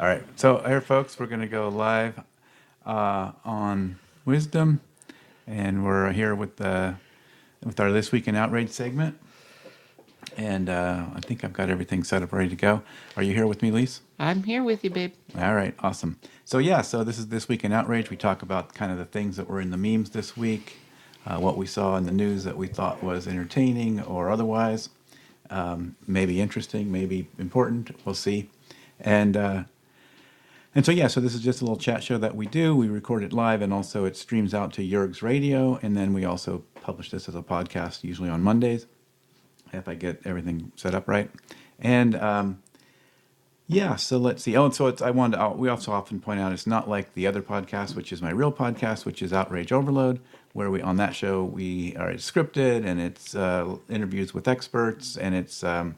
All right. So, here, folks, we're going to go live uh, on Wisdom, and we're here with the with our this week in outrage segment. And uh, I think I've got everything set up ready to go. Are you here with me, Lise? I'm here with you, babe. All right, awesome. So yeah, so this is this week in outrage. We talk about kind of the things that were in the memes this week, uh, what we saw in the news that we thought was entertaining or otherwise, um, maybe interesting, maybe important. We'll see. And uh, and so yeah, so this is just a little chat show that we do. We record it live, and also it streams out to Yerg's Radio, and then we also publish this as a podcast, usually on Mondays, if I get everything set up right. And um, yeah, so let's see. Oh, and so it's, I wanted to, we also often point out it's not like the other podcast, which is my real podcast, which is Outrage Overload, where we on that show we are it's scripted and it's uh, interviews with experts and it's um,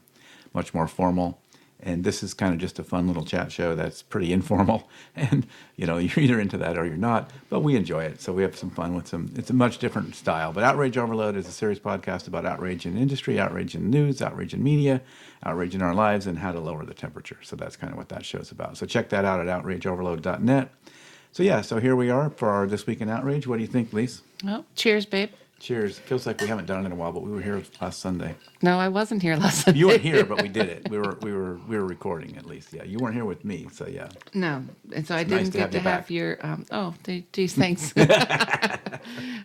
much more formal. And this is kind of just a fun little chat show that's pretty informal, and you know you're either into that or you're not. But we enjoy it, so we have some fun with some. It's a much different style. But Outrage Overload is a serious podcast about outrage in industry, outrage in news, outrage in media, outrage in our lives, and how to lower the temperature. So that's kind of what that show's about. So check that out at outrageoverload.net. So yeah, so here we are for our this week in outrage. What do you think, Lise? Oh, cheers, babe. Cheers. Feels like we haven't done it in a while, but we were here last Sunday. No, I wasn't here last You Sunday. weren't here, but we did it. We were we were we were recording at least. Yeah, you weren't here with me, so yeah. No, and so I nice didn't to get have to you have back. your. Um, oh, th- geez, thanks. Uh,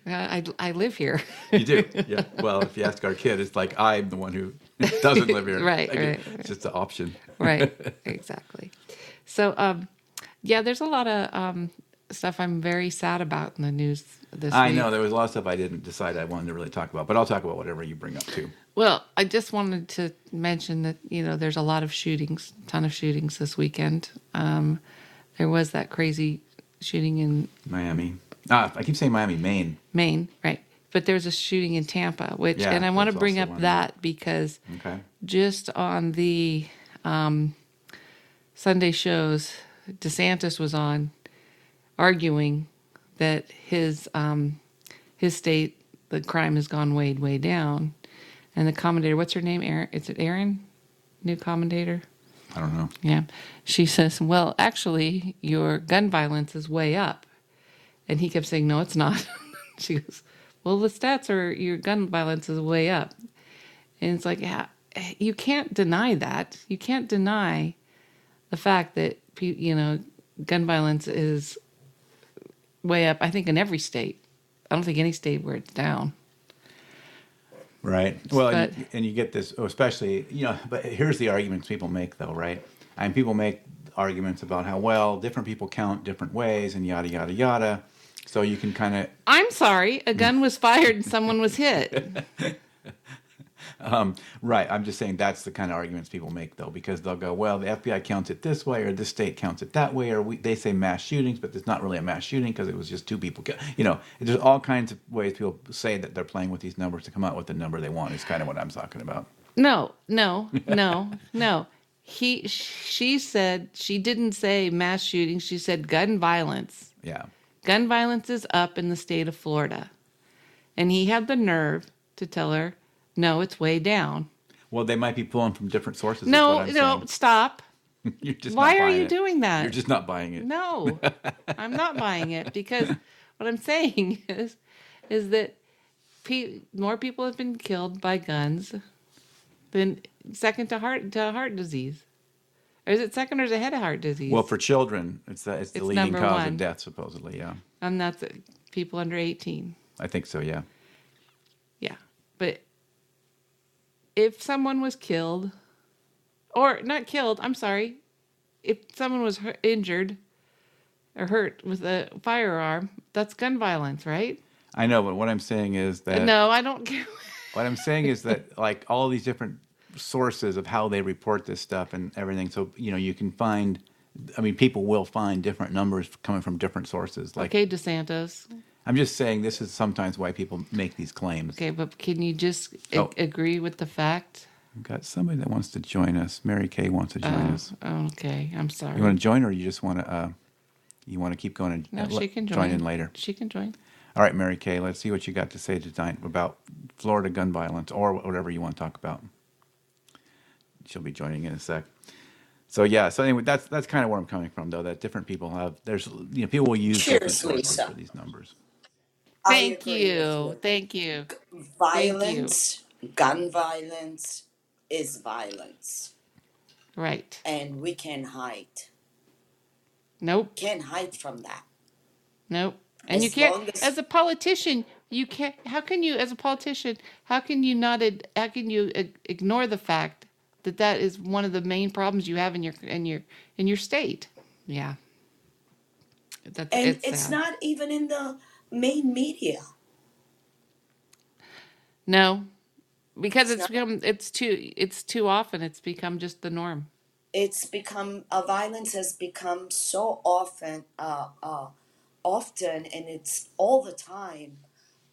I I live here. You do. Yeah. Well, if you ask our kid, it's like I'm the one who doesn't live here. Right, Like, it- right, right. It's just an option. right exactly so um yeah there's a lot of um stuff i'm very sad about in the news this I week know there was a lot of stuff I didn't decide I wanted to really talk about, but I'll talk about whatever you bring up too. well i just wanted to mention that you know there's a lot of shootings ton of shootings this weekend um there was that crazy shooting in Miami. Ah, I keep saying Miami, Maine. maine right but there's a shooting in tampa which Yeah, and i want to that's bring also up one of- that because Okay. just on the um, Sunday shows, DeSantis was on arguing that his um, his state the crime has gone way way down, and the commentator, what's her name? Aaron? Is it Aaron? New commentator. I don't know. Yeah, she says, "Well, actually, your gun violence is way up," and he kept saying, "No, it's not." she goes, "Well, the stats are your gun violence is way up," and it's like, yeah, you can't deny that. You can't deny the fact that pe- you know gun violence is way up. I think in every state. I don't think any state where it's down. Right. Well, and, But- you- and you get this, oh, especially, you know, but here's the arguments people make, though, right? I mean, people make arguments about how, well, different people count different ways and yada, yada, yada. So you can kind of, I'm sorry, a gun was fired and someone was hit. right. I'm just saying that's the kind of arguments people make, though, because they'll go, well, the FBI counts it this way, or this state counts it that way, or we, they say mass shootings, but it's not really a mass shooting because it was just two people. Kill. You know, there's all kinds of ways people say that they're playing with these numbers to come out with the number they want, is kind of what I'm talking about. No, no, no, no. He, she said she didn't say mass shooting. She said gun violence. Yeah. Gun violence is up in the state of Florida, and he had the nerve to tell her, "No, it's way down." Well, they might be pulling from different sources. is No, what I'm no, saying. stop. You're just Why not are buying you it. doing that? You're just not buying it. No, I'm not buying it because what I'm saying is, is that pe- more people have been killed by guns than second to heart to heart disease, or is it second or is it ahead of heart disease? Well, for children, it's the, it's the It's leading number cause one. of death, supposedly. Yeah, and that's it, people under 18. I think so. Yeah, Yeah, but if someone was killed, or not killed, I'm sorry, if someone was hurt, injured or hurt with a firearm, that's gun violence, right? I know. But what I'm saying is that No, I don't care. what I'm saying is that like all these different sources of how they report this stuff and everything. So you know, you can find. I mean, people will find different numbers coming from different sources. Like Okay, DeSantis. I'm just saying, this is sometimes why people make these claims. Okay, but can you just a- Oh. agree with the fact? We've got somebody that wants to join us. Mary Kay wants to join us. Oh, okay, I'm sorry. You want to join, or you just want to? Uh, you want to keep going and no, and le- she can join. in later. She can join. All right, Mary Kay, let's see what you got to say tonight about Florida gun violence or whatever you want to talk about. She'll be joining in a sec. So yeah, so anyway, that's that's kind of where I'm coming from, though. That different people have there's you know people will use different Cheers, sources Lisa. for these numbers. I Thank agree with you. you. Thank you. Thank you. Violence, gun violence is violence, Right. and we can hide. Nope. Can't hide from that. Nope. And you As can't, long as as a politician, you can't, how can you, as a politician, how can you not, ad, how can you ig- ignore the fact that that is one of the main problems you have in your, in your, in your state? Yeah. That's, and it's it's sad. not even in the main media. No, because It's it's not. become, it's too, it's too often, it's become just the norm. It's become uh, violence has become so often, uh, uh, often, and it's all the time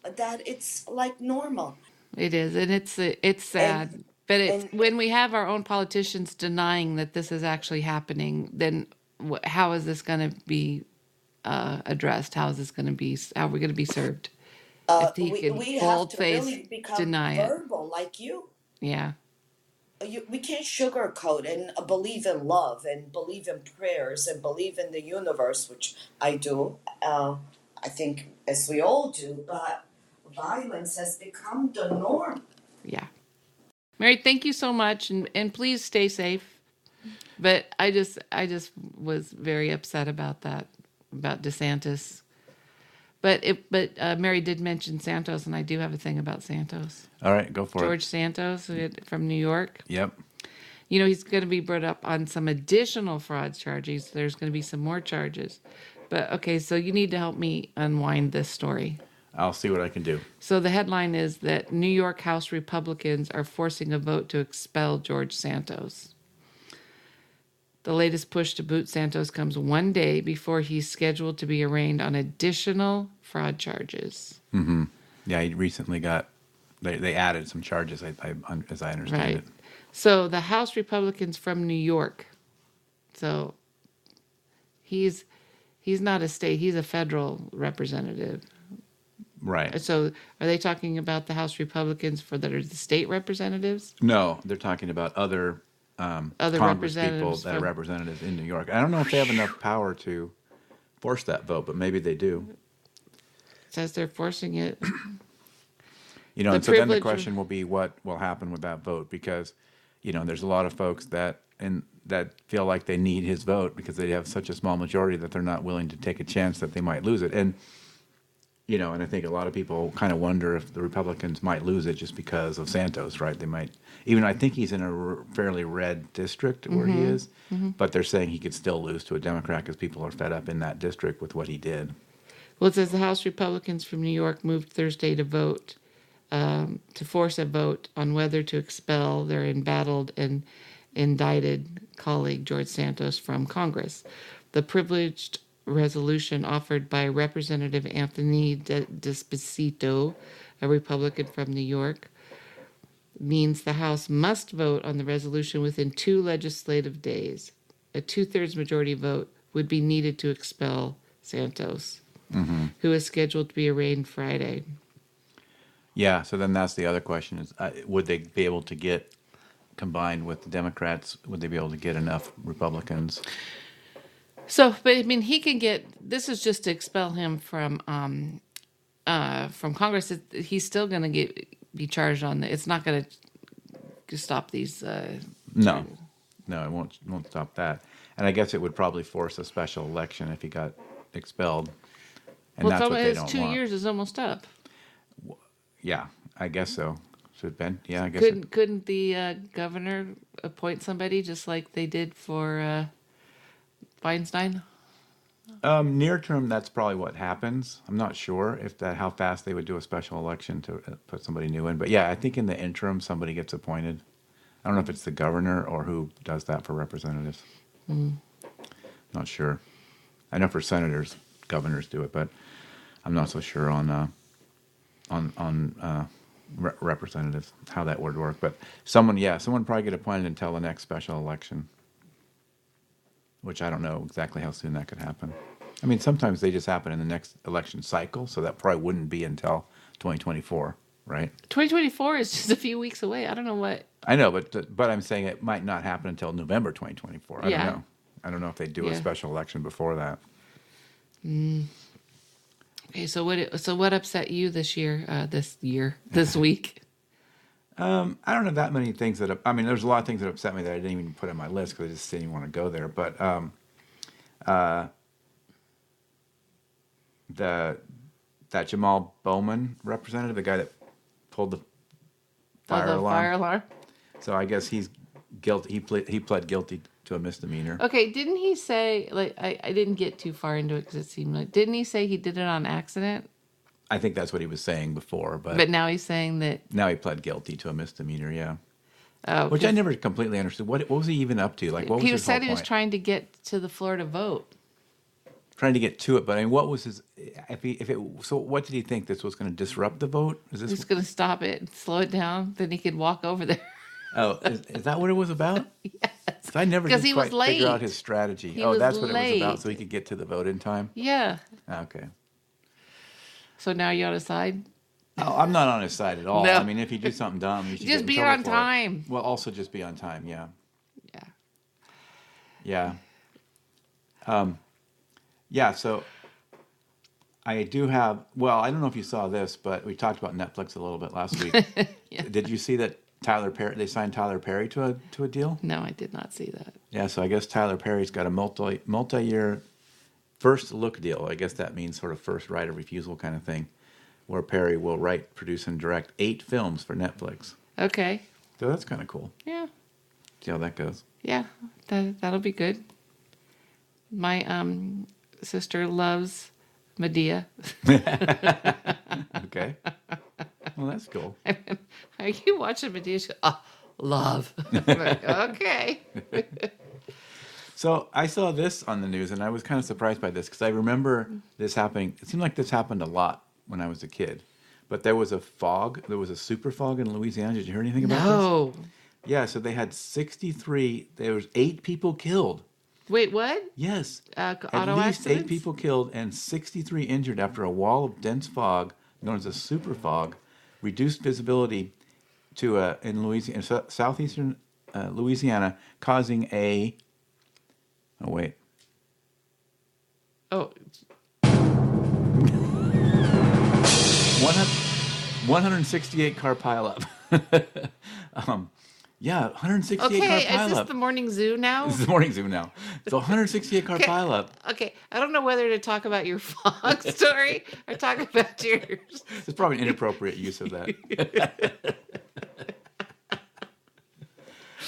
uh, that it's like normal. It is, and it's it's And sad. But it's and when we have our own politicians denying that this is actually happening, then wh- how is this going to be uh, addressed? How is this going to be? s- How are we going to be served uh, if he we can we have bold to face really become deny it? verbal, like you. Yeah, you, we can't sugarcoat and uh, believe in love and believe in prayers and believe in the universe, which I do. Uh, I think as we all do, but violence has become the norm. yeah. Mary, thank you so much, and and please stay safe. But I just I just was very upset about that about DeSantis. But it but uh, Mary did mention Santos, and I do have a thing about Santos. All right, go for it. George Santos who had- from New York. Yep. You know, he's going to be brought up on some additional fraud charges. There's going to be some more charges. But okay, so you need to help me unwind this story. I'll see what I can do. So the headline is that New York House Republicans are forcing a vote to expel George Santos. The latest push to boot Santos comes one day before he's scheduled to be arraigned on additional fraud charges. Yeah, he recently got they, they added some charges. I, I un- as I understand Right. it. So the House Republicans from New York. So he's he's not a state he's a federal representative Right. so are they talking about the house republicans for that are the state representatives No, they're talking about other um, other Congress people representatives that are from representatives in New York. I don't know if they have enough power to force that vote, but maybe they do. says they're forcing it You know, the and so then the privilege of question will be what will happen with that vote because, you know, there's a lot of folks that and that feel like they need his vote because they have such a small majority that they're not willing to take a chance that they might lose it. And you know, and I think a lot of people kind of wonder if the Republicans might lose it just because of Santos, right? They might, even I think he's in a r- fairly red district where he Mm-hmm. is, but they're saying he could still lose to a Democrat because people are fed up in that district with what he did. well it says the house republicans from new york moved thursday to vote um, to force a vote on whether to expel their embattled and indicted colleague george santos from congress the privileged resolution offered by representative anthony De- despacito a republican from new york means the House must vote on the resolution within two legislative days. A two thirds majority vote would be needed to expel Santos, who is scheduled to be arraigned Friday. Yeah, so then that's the other question is uh, would they be able to get, combined with the Democrats, would they be able to get enough Republicans? So, but I mean, he can get this is just to expel him from um, uh, from Congress. It- He's still going to get be charged on the. It's not going to stop these uh, No, charges. no, it won't, won't stop that. And I guess it would probably force a special election if he got expelled, and Well, it's that's almost what they his don't two want. years is almost up. Yeah, I guess so. Should Ben? Yeah, I guess it. Couldn't couldn't the uh, governor appoint somebody just like they did for uh, Feinstein? Um, near term, that's probably what happens. I'm not sure if that how fast they would do a special election to uh, put somebody new in, but yeah, I think in the interim somebody gets appointed. I don't know if it's the governor or who does that for representatives. Not sure. I know for senators, governors do it, but I'm not so sure on uh, on on uh, re- representatives how that would work. But someone, yeah, someone probably get appointed until the next special election. which I don't know exactly how soon that could happen. I mean, sometimes they just happen in the next election cycle, so that probably wouldn't be until 2024, right? 2024 is just a few weeks away. I don't know what. I know, but but I'm saying it might not happen until November 2024. I don't Yeah. know. I don't know if they do a Yeah. special election before that. Okay. So what? So what upset you this year? Uh, this year? This week? I don't have that many things that I mean. There's a lot of things that upset me that I didn't even put on my list because I just didn't want to go there. But um, uh, the that Jamal Bowman representative, the guy that pulled the Oh, fire the alarm. fire alarm. So I guess he's guilty. He pled, he pled guilty to a misdemeanor. Okay. Didn't he say like I, I didn't get too far into it because it seemed like didn't he say he did it on accident? I think that's what he was saying before, but, But now he's saying that. now he pled guilty to a misdemeanor. Yeah, Oh, which 'cause I never completely understood. What what was he even up to? Like what was he his said whole he was point? trying to get to the Florida vote. trying to get to it, but I mean, what was his? If he, if it, so, what did he think this was going to disrupt the vote? Is this? He's going to stop it, and slow it down, then he could walk over there. Oh, is, is that what it was about? yes. I never 'Because did he was quite figure out late. his strategy. He oh, was that's what it was about, late. so he could get to the vote in time. Ah, yeah. Okay. So now you're on his side. Oh, I'm not on his side at all. No. I mean, if you do something dumb, you should Just get in be trouble on for it. time. Well, also just be on time. Yeah. Yeah. Yeah. Um, yeah. So I do have. Well, I don't know if you saw this, but we talked about Netflix a little bit last week. Did you see that Tyler Perry? They signed Tyler Perry to a to a deal. No, I did not see that. Yeah. So I guess Tyler Perry's got a multi multi year first look deal. I guess that means sort of first right of refusal kind of thing, where Perry will write, produce, and direct eight films for Netflix. Okay. So that's kind of cool. Yeah. See how that goes. Yeah. That that'll be good. My um sister loves Medea. Okay. well, that's cool. Are you watching Medea? She, oh, love. I'm like, okay. So I saw this on the news, and I was kind of surprised by this because I remember this happening. It seemed like this happened a lot when I was a kid. But there was a fog. There was a super fog in Louisiana. Did you hear anything about this? No. Yeah. So they had 63. There was eight people killed. Wait, what? Yes. Uh, At auto least accidents? eight people killed and 63 injured after a wall of dense fog, known as a super fog, reduced visibility to uh, in Louisiana, sou- southeastern uh, Louisiana, causing a. Oh wait. Oh, 100 168 car pileup. um, yeah, 168 okay. car Is this pileup. the morning zoo now? this is morning zoom now. So 168 car pileup. Okay, I don't know whether to talk about your fog story or talk about yours. It's probably an inappropriate use of that.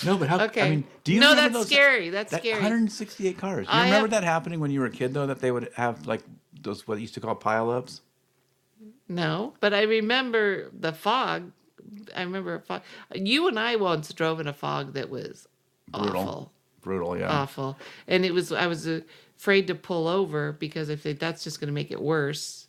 no, but how? Okay. I mean, do you no, remember that's those- scary. That's That scary. 168 cars. Do you I remember am- that happening when you were a kid, though, that they would have like those what they used to call pileups? No, but I remember the fog. I remember a fog. You and I once drove in a fog that was Brutal. awful, Brutal, yeah. awful, and it was. I was uh, afraid to pull over because I think that's just going to make it worse.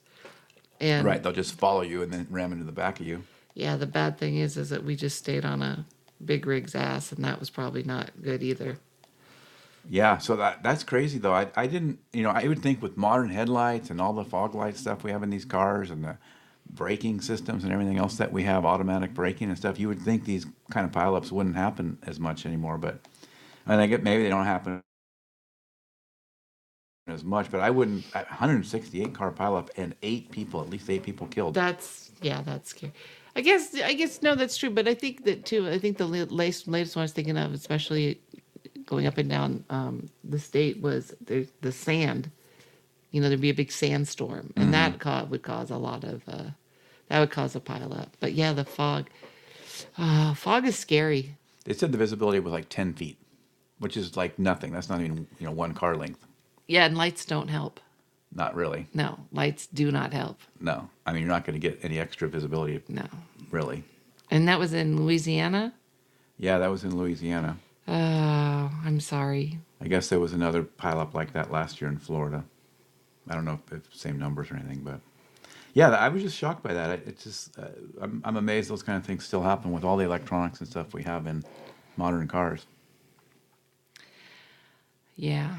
And Right, they'll just follow you and then ram into the back of you. yeah, the bad thing is, is that we just stayed on a big rig's ass, and that was probably not good either. Yeah, so that that's crazy though. I I didn't, you know, I would think with modern headlights and all the fog light stuff we have in these cars and the braking systems and everything else that we have, automatic braking and stuff, you would think these kind of pileups wouldn't happen as much anymore. But and I get maybe they don't happen as much, but I wouldn't. a 168 car pileup and eight people, at least eight people killed. That's yeah, that's scary. I guess I guess no, that's true. But I think that too. I think the la- latest latest one I was thinking of, especially going up and down um, the state, was the the sand. You know, there'd be a big sandstorm, and that ca- would cause a lot of uh, that would cause a pile up. But yeah, the fog. Uh, fog is scary. They said the visibility was like 10 feet, which is like nothing. That's not even you know one car length. Yeah, and lights don't help. Not really. No, lights do not help. No, I mean you're not going to get any extra visibility No, really. and that was in Louisiana. Yeah, that was in Louisiana. Oh, I'm sorry. I guess there was another pileup like that last year in Florida. I don't know if if same numbers or anything, but yeah, I was just shocked by that. I- It's just uh, I'm, I'm amazed those kind of things still happen with all the electronics and stuff we have in modern cars. Yeah.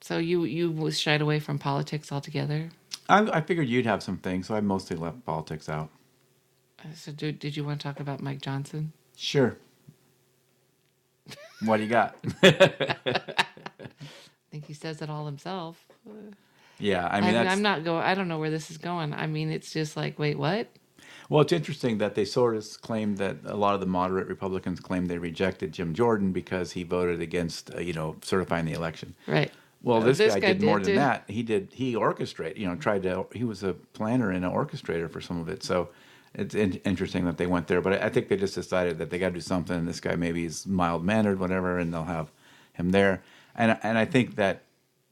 So you you shied away from politics altogether. I, I figured you'd have some things, so I mostly left politics out. Uh, So, did, did you want to talk about Mike Johnson? Sure. What do you got? I think he says it all himself. yeah, I I mean mean, that's I'm not going. I don't know where this is going. I mean, it's just like, wait, what? well. It's interesting that they sort of claimed that a lot of the moderate Republicans claimed they rejected Jim Jordan because he voted against uh, you know certifying the election. Right. Well, Uh, this, guy, did, more than too. that. He did. He orchestrated. You know, tried to. He was a planner and an orchestrator for some of it. So it's in, interesting that they went there. But I, I think they just decided that they got to do something. And this guy maybe is mild mannered, whatever, and they'll have him there. And and I think that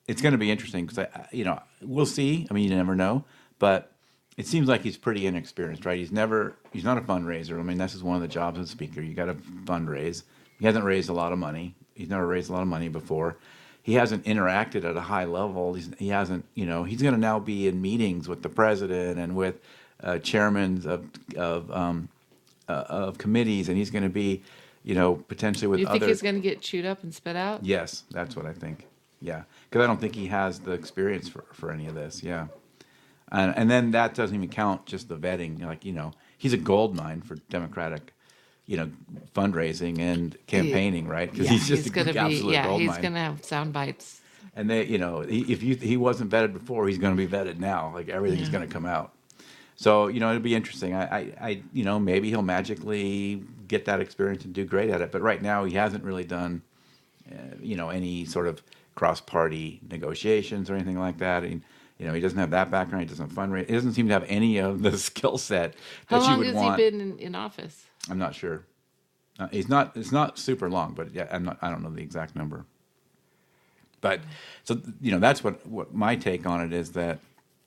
it's going to be interesting because I, I- you know, we'll see. I mean, you never know, but it seems like he's pretty inexperienced, right? He's never, he's not a fundraiser. I mean, this is one of the jobs of a speaker. You got to fundraise. He hasn't raised a lot of money. He's never raised a lot of money before. He hasn't interacted at a high level. He's, he hasn't, you know, he's going to now be in meetings with the president and with uh, chairmen of of um, uh, of committees, and he's going to be, you know, potentially with You think other. he's going to get chewed up and spit out? Yes, that's what I think. Yeah, because I don't think he has the experience for, for any of this. Yeah, and and then that doesn't even count just the vetting. Like you know, he's a gold mine for Democratic, you know, fundraising and campaigning, right? Because he's just gonna an absolute yeah, gold he's mine. gonna have sound bites. And they, you know, he, if you he wasn't vetted before, he's going to be vetted now. Like everything's Yeah. going to come out. So you know, it'll be interesting. I, I, I, you know, maybe he'll magically get that experience and do great at it. But right now, he hasn't really done uh, you know any sort of cross-party negotiations or anything like that. And you know he doesn't have that background. He doesn't fundraise. He doesn't seem to have any of the skill set How that you long would has want. he been in, in office? I'm not sure. Uh, he's not. It's not super long, but yeah, I'm not. I don't know the exact number. But so you know that's what what my take on it is that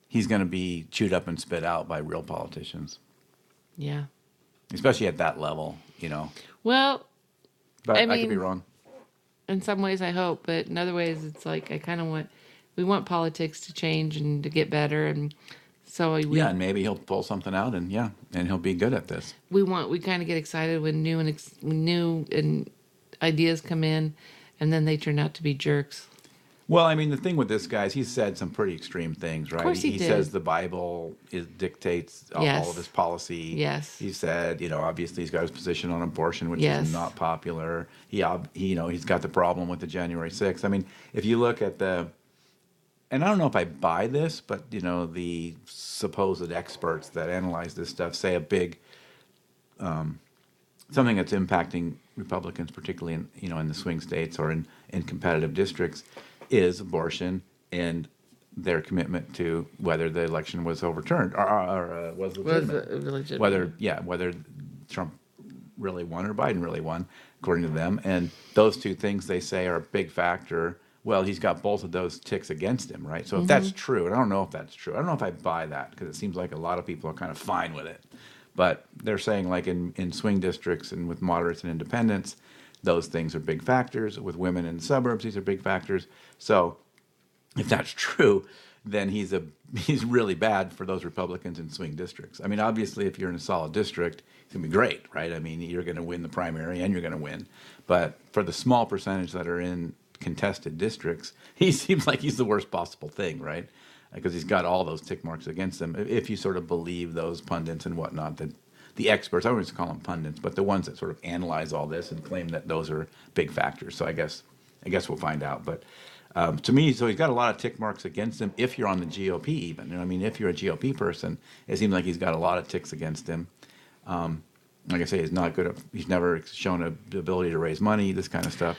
he's going to be chewed up and spit out by real politicians, Yeah. especially at that level. You know, Well, but I I, could be mean- wrong. in some ways I hope, but in other ways it's like I kind of want we want politics to change and to get better and so we Yeah, and maybe he'll pull something out, and yeah, and he'll be good at this. we want we kind of get excited when new and ex, when new and ideas come in and then they turn out to be jerks. Well, I mean, the thing with this guy is he said some pretty extreme things, right? course he did. says the Bible is, dictates all, all Yes. of his policy. Yes. He said, you know, obviously he's got his position on abortion, which Yes. is not popular. He, ob- he, you know, he's got the problem with the January 6th. I mean, if you look at the, and I don't know if I buy this, but, you know, the supposed experts that analyze this stuff say a big, something that's impacting Republicans, particularly in you know in the swing states or in in competitive districts, is abortion and their commitment to whether the election was overturned or, or uh, was legitimate. Whether yeah, whether Trump really won or Biden really won, according to them, and those two things they say are a big factor. Well, he's got both of those ticks against him, right? So if that's true, and I don't know if that's true, I don't know if I buy that because it seems like a lot of people are kind of fine with it. But they're saying like in, in swing districts and with moderates and independents, those things are big factors. With women in suburbs, these are big factors. So if that's true, then he's a he's really bad for those Republicans in swing districts. I mean, obviously, if you're in a solid district, it's gonna be great, right? I mean, you're gonna win the primary and you're gonna win. But for the small percentage that are in contested districts, he seems like he's the worst possible thing, right? Because he's got all those tick marks against him. If- If you sort of believe those pundits and whatnot that the experts, I always call them pundits, but the ones that sort of analyze all this and claim that those are big factors. So I guess I guess we'll find out. But um, to me, so he's got a lot of tick marks against him. If you're on the GOP, even you know, what I mean, if you're a GOP person, it seems like he's got a lot of ticks against him. Um, like I say, he's not good at. He's never shown a, the ability to raise money, this kind of stuff.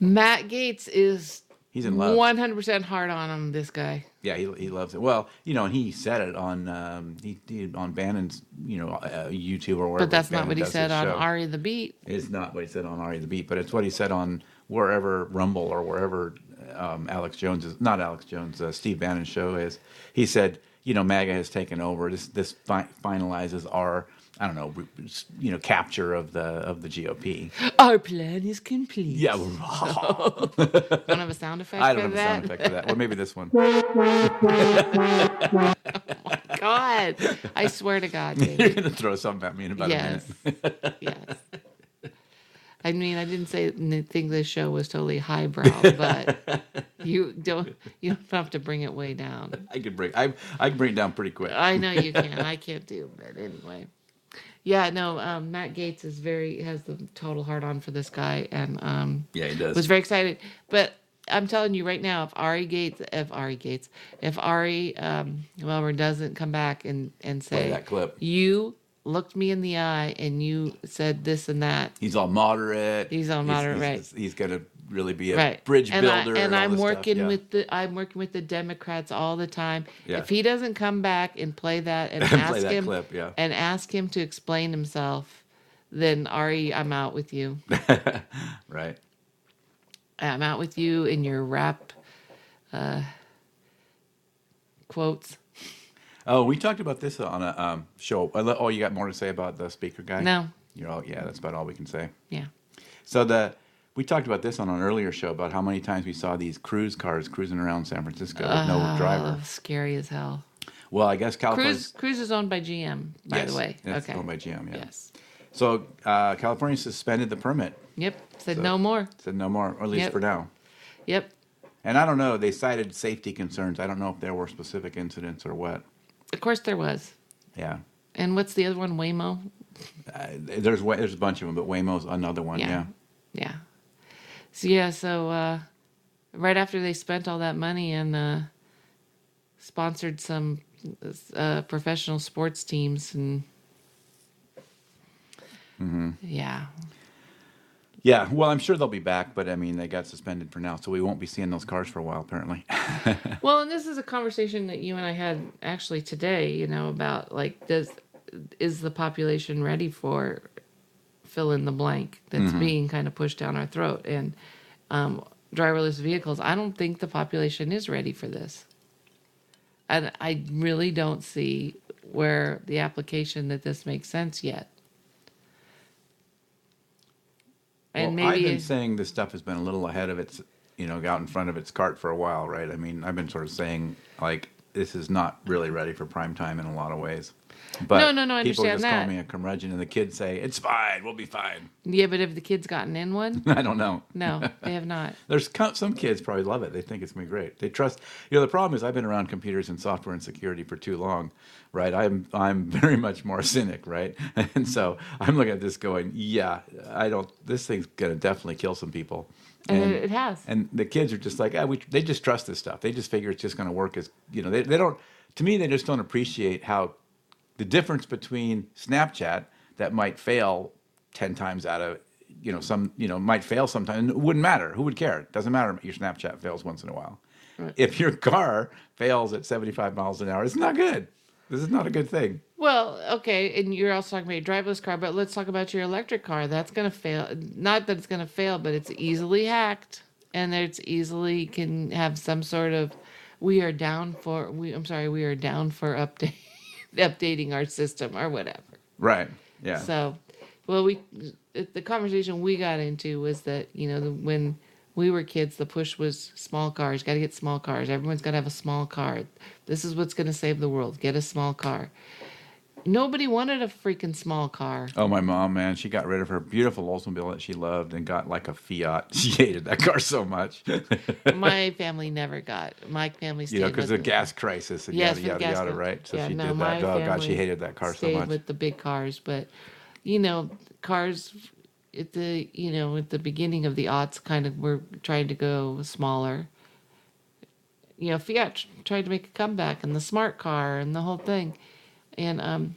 Matt Gates is He's in love. 100% hard on him this guy. Yeah, he, he loves it. Well, you know, and he said it on um, he, he on Bannon's you know uh, YouTube or wherever. But that's not Bannon what he does said his on show. Ari the Beat. It's not what he said on Ari the Beat, but it's what he said on wherever Rumble or wherever um, Alex Jones is not Alex Jones, uh, Steve Bannon's show is. He said, you know, MAGA has taken over. This this fi- finalizes our I don't know, re- you know, capture of the of the GOP. Our plan is complete. Yeah, Don't have a sound effect I for don't have a that. sound effect for that. Well, maybe this one. God, I swear to God, David. You're gonna throw something at me in about a minute. yes. yes. I mean, I didn't say n- think this show was totally highbrow, but you don't you don't have to bring it way down. Uh, I could bring I I can bring it down pretty quick. I know you can. I can't do, but anyway. Yeah, no, um, Matt Gates is very has the total heart on for this guy, and um, Yeah, he was does. very excited. But I'm telling you right now, if Ari Gates, if Ari Gates, if Ari um, Wilmer doesn't come back and and Play say, that clip. you looked me in the eye and you said this and that, He's all moderate. he's on He's moderate he's right. he's, he's going to really be a Right. bridge And I builder and and all I'm this stuff. working Yeah, with the I'm working with the Democrats all the time. yeah. If he doesn't come back and play that and And play ask that him clip. Yeah. and ask him to explain himself, then Ari, I'm out with you. Right. I'm out with you in your rap uh, quotes. Oh, we talked about this on a um, show. I lo- Oh, you got more to say about the speaker guy? No. You're all yeah. That's about all we can say. Yeah. So the we talked about this on an earlier show about how many times we saw these cruise cars cruising around San Francisco with no Oh, driver. scary as hell. Well, I guess Cruise California's Cruise is owned by GM, by the yes, way. it's Okay. owned by GM. Yeah. Yes. So uh, California suspended the permit. Yep. Said So no more. said no more, or at least Yep. for now. Yep. And I don't know. They cited safety concerns. I don't know if there were specific incidents or what. Of course there was. Yeah. And what's the other one? Waymo? Uh, there's wa- there's a bunch of them, but Waymo's another one. Yeah. Yeah. Yeah. So yeah, so uh, right after they spent all that money and uh, sponsored some uh, professional sports teams and yeah, Yeah. Well, I'm sure they'll be back, but I mean, they got suspended for now, so we won't be seeing those cars for a while, apparently. Well, and this is a conversation that you and I had actually today, you know, about like does is the population ready for fill in the blank that's Mm-hmm. being kind of pushed down our throat and um driverless vehicles. I don't think the population is ready for this. And I really don't see where the application that this makes sense yet. Well, And I've maybe been saying this stuff has been a little ahead of its, you know, out in front of its cart for a while, right? I mean, I've been sort of saying like this is not really ready for prime time in a lot of ways, but No, no, no, I people understand just call that. me a curmudgeon, and the kids say it's fine, we'll be fine. Yeah, but have the kids gotten in one? I don't know. No, they have not. There's co- some kids probably love it. They think it's gonna be great. They trust. You know, the problem is I've been around computers and software and security for too long, right? I'm I'm very much more cynic, right? And so I'm looking at this going, yeah, I don't. This thing's gonna definitely kill some people, And and it it has. and the kids are just like, ah, we, they just trust this stuff. They just figure it's just gonna work as you know. They they don't. To me, they just don't appreciate how the difference between Snapchat that might fail 10 times out of you know some you know might fail sometimes it wouldn't matter who would care it doesn't matter if your snapchat fails once in a while Right. if your car fails at 75 miles an hour it's not good this is not a good thing Well, okay, and you're also talking about your driverless car, but let's talk about your electric car. That's going to fail. Not that it's going to fail, but it's easily hacked, and it's easily can have some sort of. We are down for. We I'm sorry. We are down for update, updating our system or whatever. right yeah So, well, we it- the conversation we got into was that you know the, when we were kids, the push was small cars. Got to get small cars. Everyone's got to have a small car. This is what's going to save the world. Get a small car. Nobody wanted a freaking small car. oh my mom man she got rid of her beautiful oldsmobile that she loved and got like a fiat she hated that car so much My family never got. My family you know stayed because with the gas crisis and yada Yes, for the yada gas. yada bill. right so yeah, she no, did that my oh god she family hated that car so stayed much with the big cars, but you know, cars at the you know at the beginning of the aughts kind of were trying to go smaller. You know, Fiat tr- tried to make a comeback, and the smart car, and the whole thing, and um,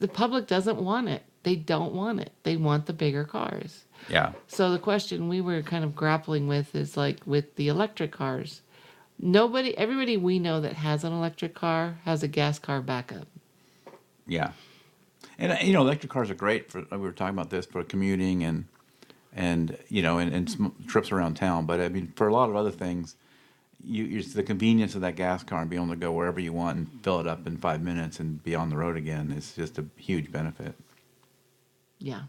the public doesn't want it. They don't want it. They want the bigger cars. yeah So the question we were kind of grappling with is like with the electric cars. Nobody, everybody we know that has an electric car has a gas car backup. yeah And uh, you know, electric cars are great for. uh, We were talking about this for commuting and and you know and, and sm- trips around town. But I mean, for a lot of other things, you it's the convenience of that gas car and being able to go wherever you want and fill it up in five minutes and be on the road again is just a huge benefit. Yeah.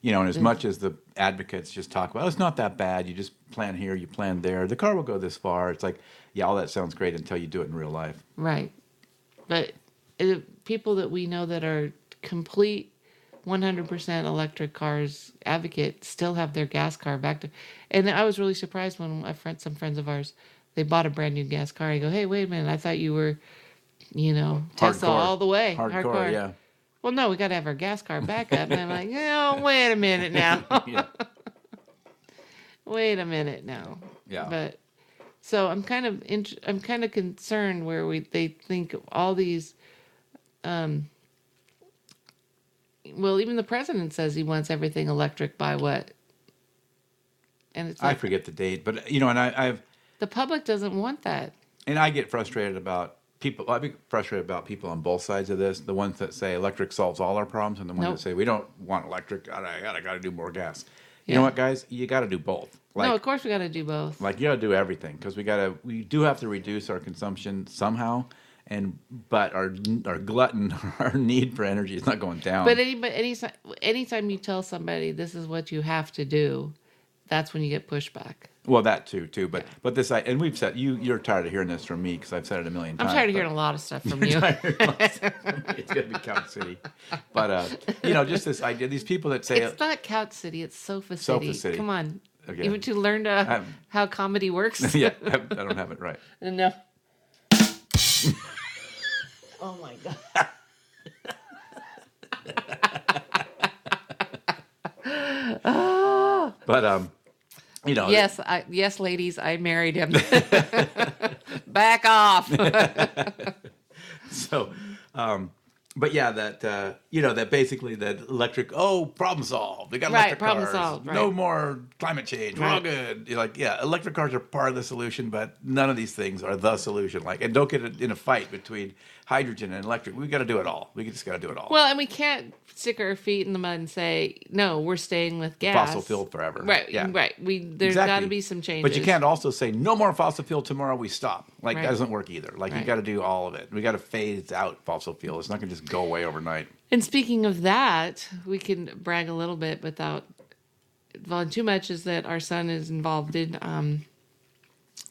You know, and as It's- much as the advocates just talk about, "Oh, it's not that bad. You just plan here, you plan there. The car will go this far. It's like, yeah, all that sounds great until you do it in real life. Right. But uh people that we know that are complete 100% electric cars advocate still have their gas car backed up. And I was really surprised when a friend, some friends of ours, they bought a brand new gas car. I go, hey, wait a minute. I thought you were, you know, Tesla Hardcore, all the way. hardcore, yeah. well, no, we got to have our gas car back up. And I'm like, oh, wait a minute now. Yeah. wait a minute now. Yeah. But so I'm kind of int- I'm kind of concerned where we they think all these um well even the president says he wants everything electric by what? And it's I like forget the date, but you know, and I, I've the public doesn't want that. and I get frustrated about people. I get frustrated about people on both sides of this. The ones that say electric solves all our problems, and the ones Nope. that say we don't want electric. I gotta, I gotta do more gas. You Yeah. know what, guys? You got to do both. Like, no, of course we got to do both. like you got to do everything because we got to. We do have to reduce our consumption somehow, and but our our glutton, our need for energy is not going down. But anybody, any, anytime you tell somebody this is what you have to do, that's when you get pushback. well, that too, too. But but this, I and we've said you you're tired of hearing this from me because I've said it a million I'm times. tired of but- hearing a lot of stuff from you. it's going to be Couch City. But, uh, you know, just this idea, these people that say, It's not Couch City. It's Sofa City. Sofa City. Come on. Okay. You want to learn to, I'm- how comedy works? yeah, I don't have it right. no. oh my god. But, um, you know, Yes, I, yes, ladies, I married him. Back off. so, um, but yeah, that, uh, you know, that basically that electric, oh, problem solved. We got Right, electric problem cars. solved, right. No more climate change. We're all Right. good. You're like, yeah, electric cars are part of the solution, but none of these things are the solution. Like, and don't get in a fight between hydrogen and electric. we got to do it all. We just got to do it all. Well, and we can't stick our feet in the mud and say no. We're staying with gas. Fossil fuel forever. Right. Yeah. Right. We there's got to be some changes. But you can't also say no more fossil fuel tomorrow. We stop. Like Right. that doesn't work either. Like Right. you got to do all of it. We got to phase out fossil fuel. It's not going to just go away overnight. And speaking of that, we can brag a little bit without involving too much. Is that our son is involved in um,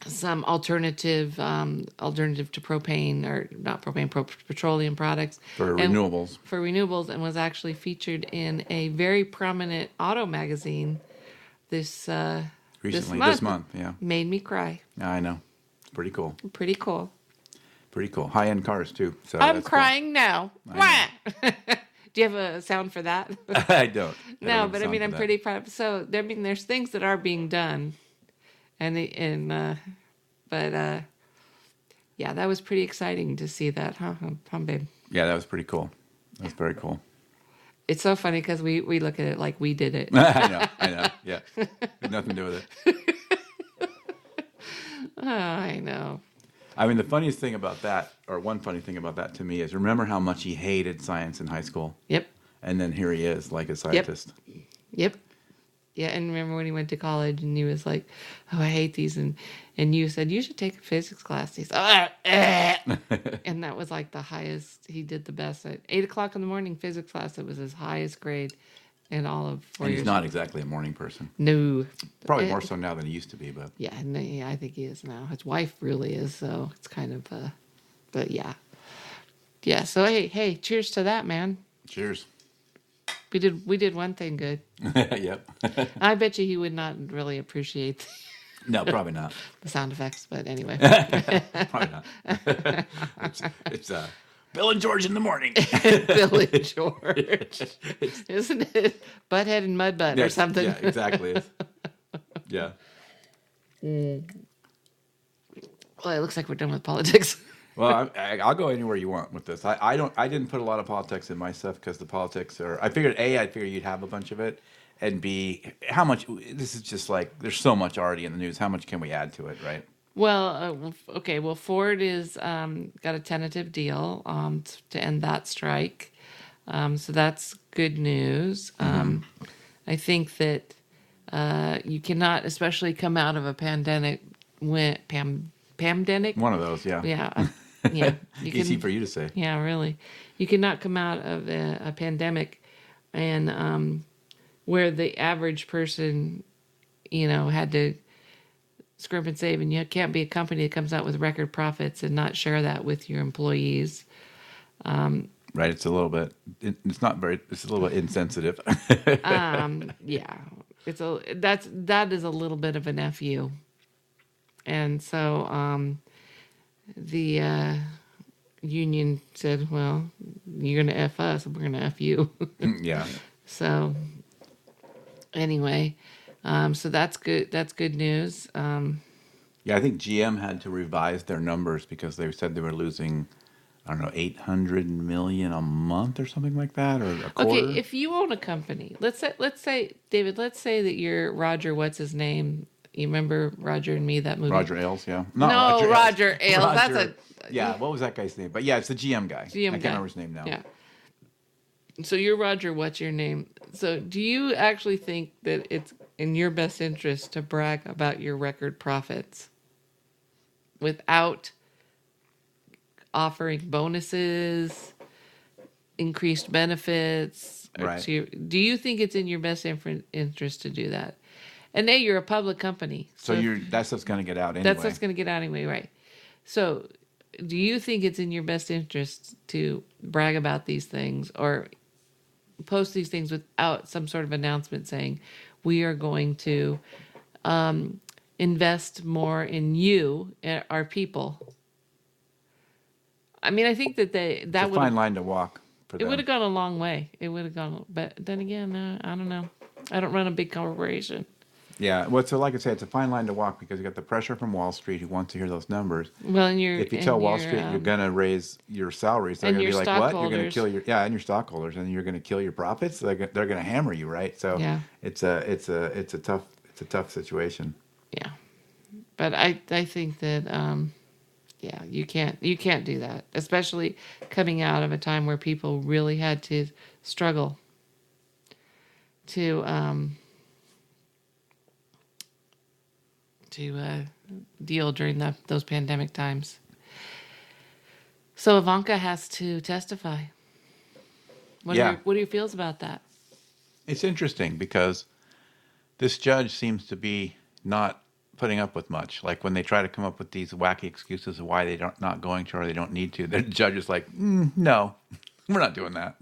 some alternative um, alternative to propane or not propane, pro- petroleum products For And- renewables. For renewables, and was actually featured in a very prominent auto magazine this uh, Recently, This this month. Yeah, made me cry. Yeah, I know. Pretty cool. Pretty cool. Pretty cool. High end cars too. So I'm Oh, that's cool. crying now. Wah! Do you have a sound for that? I don't. no, don't but I sound mean, for I'm that. pretty proud. So I mean, there's things that are being done, and the, and uh, but uh, yeah, that was pretty exciting to see that, huh, huh, huh babe? Yeah, that was pretty cool. That was very cool. It's so funny because we we look at it like we did it. I know. I know. Yeah, Had nothing to do with it. oh, I know. I mean, the funniest thing about that, or one funny thing about that to me, is remember how much he hated science in high school, Yep, and then here he is, like a scientist. yep, yeah. And remember when he went to college and he was like, "Oh, I hate these," and and you said you should take a physics class. He's "Ah, eh." and that was like the highest he did the best at eight o'clock in the morning physics class. It was his highest grade. In all of four And years. he's not exactly a morning person. No. Probably Uh, more so now than he used to be, but Yeah, no, yeah, I think he is now. His wife really is, so it's kind of uh but yeah. Yeah, so hey, hey, cheers to that, man. cheers. We did we did one thing good. yep. I bet you he would not really appreciate no, probably not. the sound effects, but anyway. Probably not. it's it's uh, Bill and George in the morning. Billy George. Isn't it Butthead and Mudbutt or Yes, something? Yeah, exactly. It's- yeah. Well, it looks like we're done with politics. Well, I, I, I'll go anywhere you want with this. I, I don't. I didn't put a lot of politics in my stuff because the politics are. I figured a. I figured you'd have a bunch of it, and b. How much? This is just like there's so much already in the news. How much can we add to it, right? Well, uh, well, f- okay. Well, Ford is um, got a tentative deal um, t- to end that strike, um, so that's good news. Mm-hmm. Um, I think that uh, you cannot, especially come out of a pandemic, when pam pandemic. One of those. Yeah. Yeah, uh, yeah. You Easy can- for you to say. yeah, really. You cannot come out of a, a pandemic and um, where the average person, you know, had to scrimp and save, and you can't be a company that comes out with record profits and not share that with your employees. Right. It's a little bit. It, it's not very. It's a little bit insensitive. Um, Yeah, it's a that's that is a little bit of an fu, and so um, the uh, union said, "Well, you're gonna f us, we're gonna f you." yeah. so anyway, um, so that's good. That's good news. Um, Yeah, I think GM had to revise their numbers because they said they were losing, I don't know, 800 million a month or something like that, or a quarter. Okay, if you own a company, let's say, let's say David, let's say that you're Roger. What's his name? You remember Roger and Me that movie? Roger Ailes, yeah. No, Roger Ailes, Roger- that's a- Yeah, what was that guy's name? But yeah, it's the GM guy. I GM can't guy. remember his name now. Yeah. So you're Roger. What's your name? So do you actually think that it's in your best interest to brag about your record profits without offering bonuses, increased benefits? or Right. to your- do you think it's in your best infer- interest to do that? And A, you're a public company. So you're that's what's going to get out anyway. That's what's going to get out anyway, right? So, do you think it's in your best interest to brag about these things or post these things without some sort of announcement saying we are going to um, invest more in you and our people? I mean, I think that they that it's a fine would line to walk for it would them. have gone a long way. It would have gone, but then again, uh, I don't know. I don't run a big corporation. Yeah, well, so like I said, it's a fine line to walk because you got the pressure from Wall Street who wants to hear those numbers. Well, and you're If you and tell Wall you're, Street you're um, going to raise your salaries, they're and going to be your like, "What? You're going to stockholders. kill your yeah, and your stockholders, and you're going to kill your profits." They're going to hammer you, right? So Yeah. it's a it's a it's a tough it's a tough situation. yeah but i i think that um yeah you can't you can't do that especially coming out of a time where people really had to struggle to um to uh deal during that those pandemic times so ivanka has to testify what Yeah. are your, what are your feels about that It's interesting because this judge seems to be not putting up with much. Like when they try to come up with these wacky excuses of why they don't not going to or they don't need to, the judge is like, mm, "No, we're not doing that."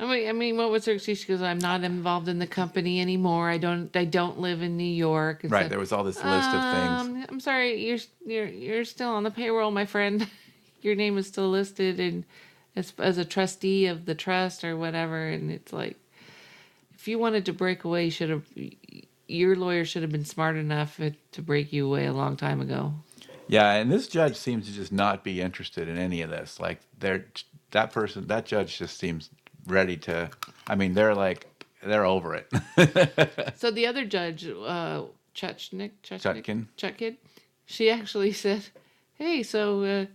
I mean, I mean, what was her excuse? She goes, "I'm not involved in the company anymore. I don't. I don't live in New York." It's Right? like, There was all this list of things. "Um, I'm sorry. You're you're you're still on the payroll, my friend. Your name is still listed and as as a trustee of the trust or whatever. And it's like, if you wanted to break away, you should have your lawyer should have been smart enough uh, to break you away a long time ago. Yeah, and this judge seems to just not be interested in any of this. Like they're that person, that judge just seems ready to. I mean, they're like they're over it. So the other judge, uh, Chutnik, Chutnik, Chutkin. Chutkin, she actually said, "Hey, so uh,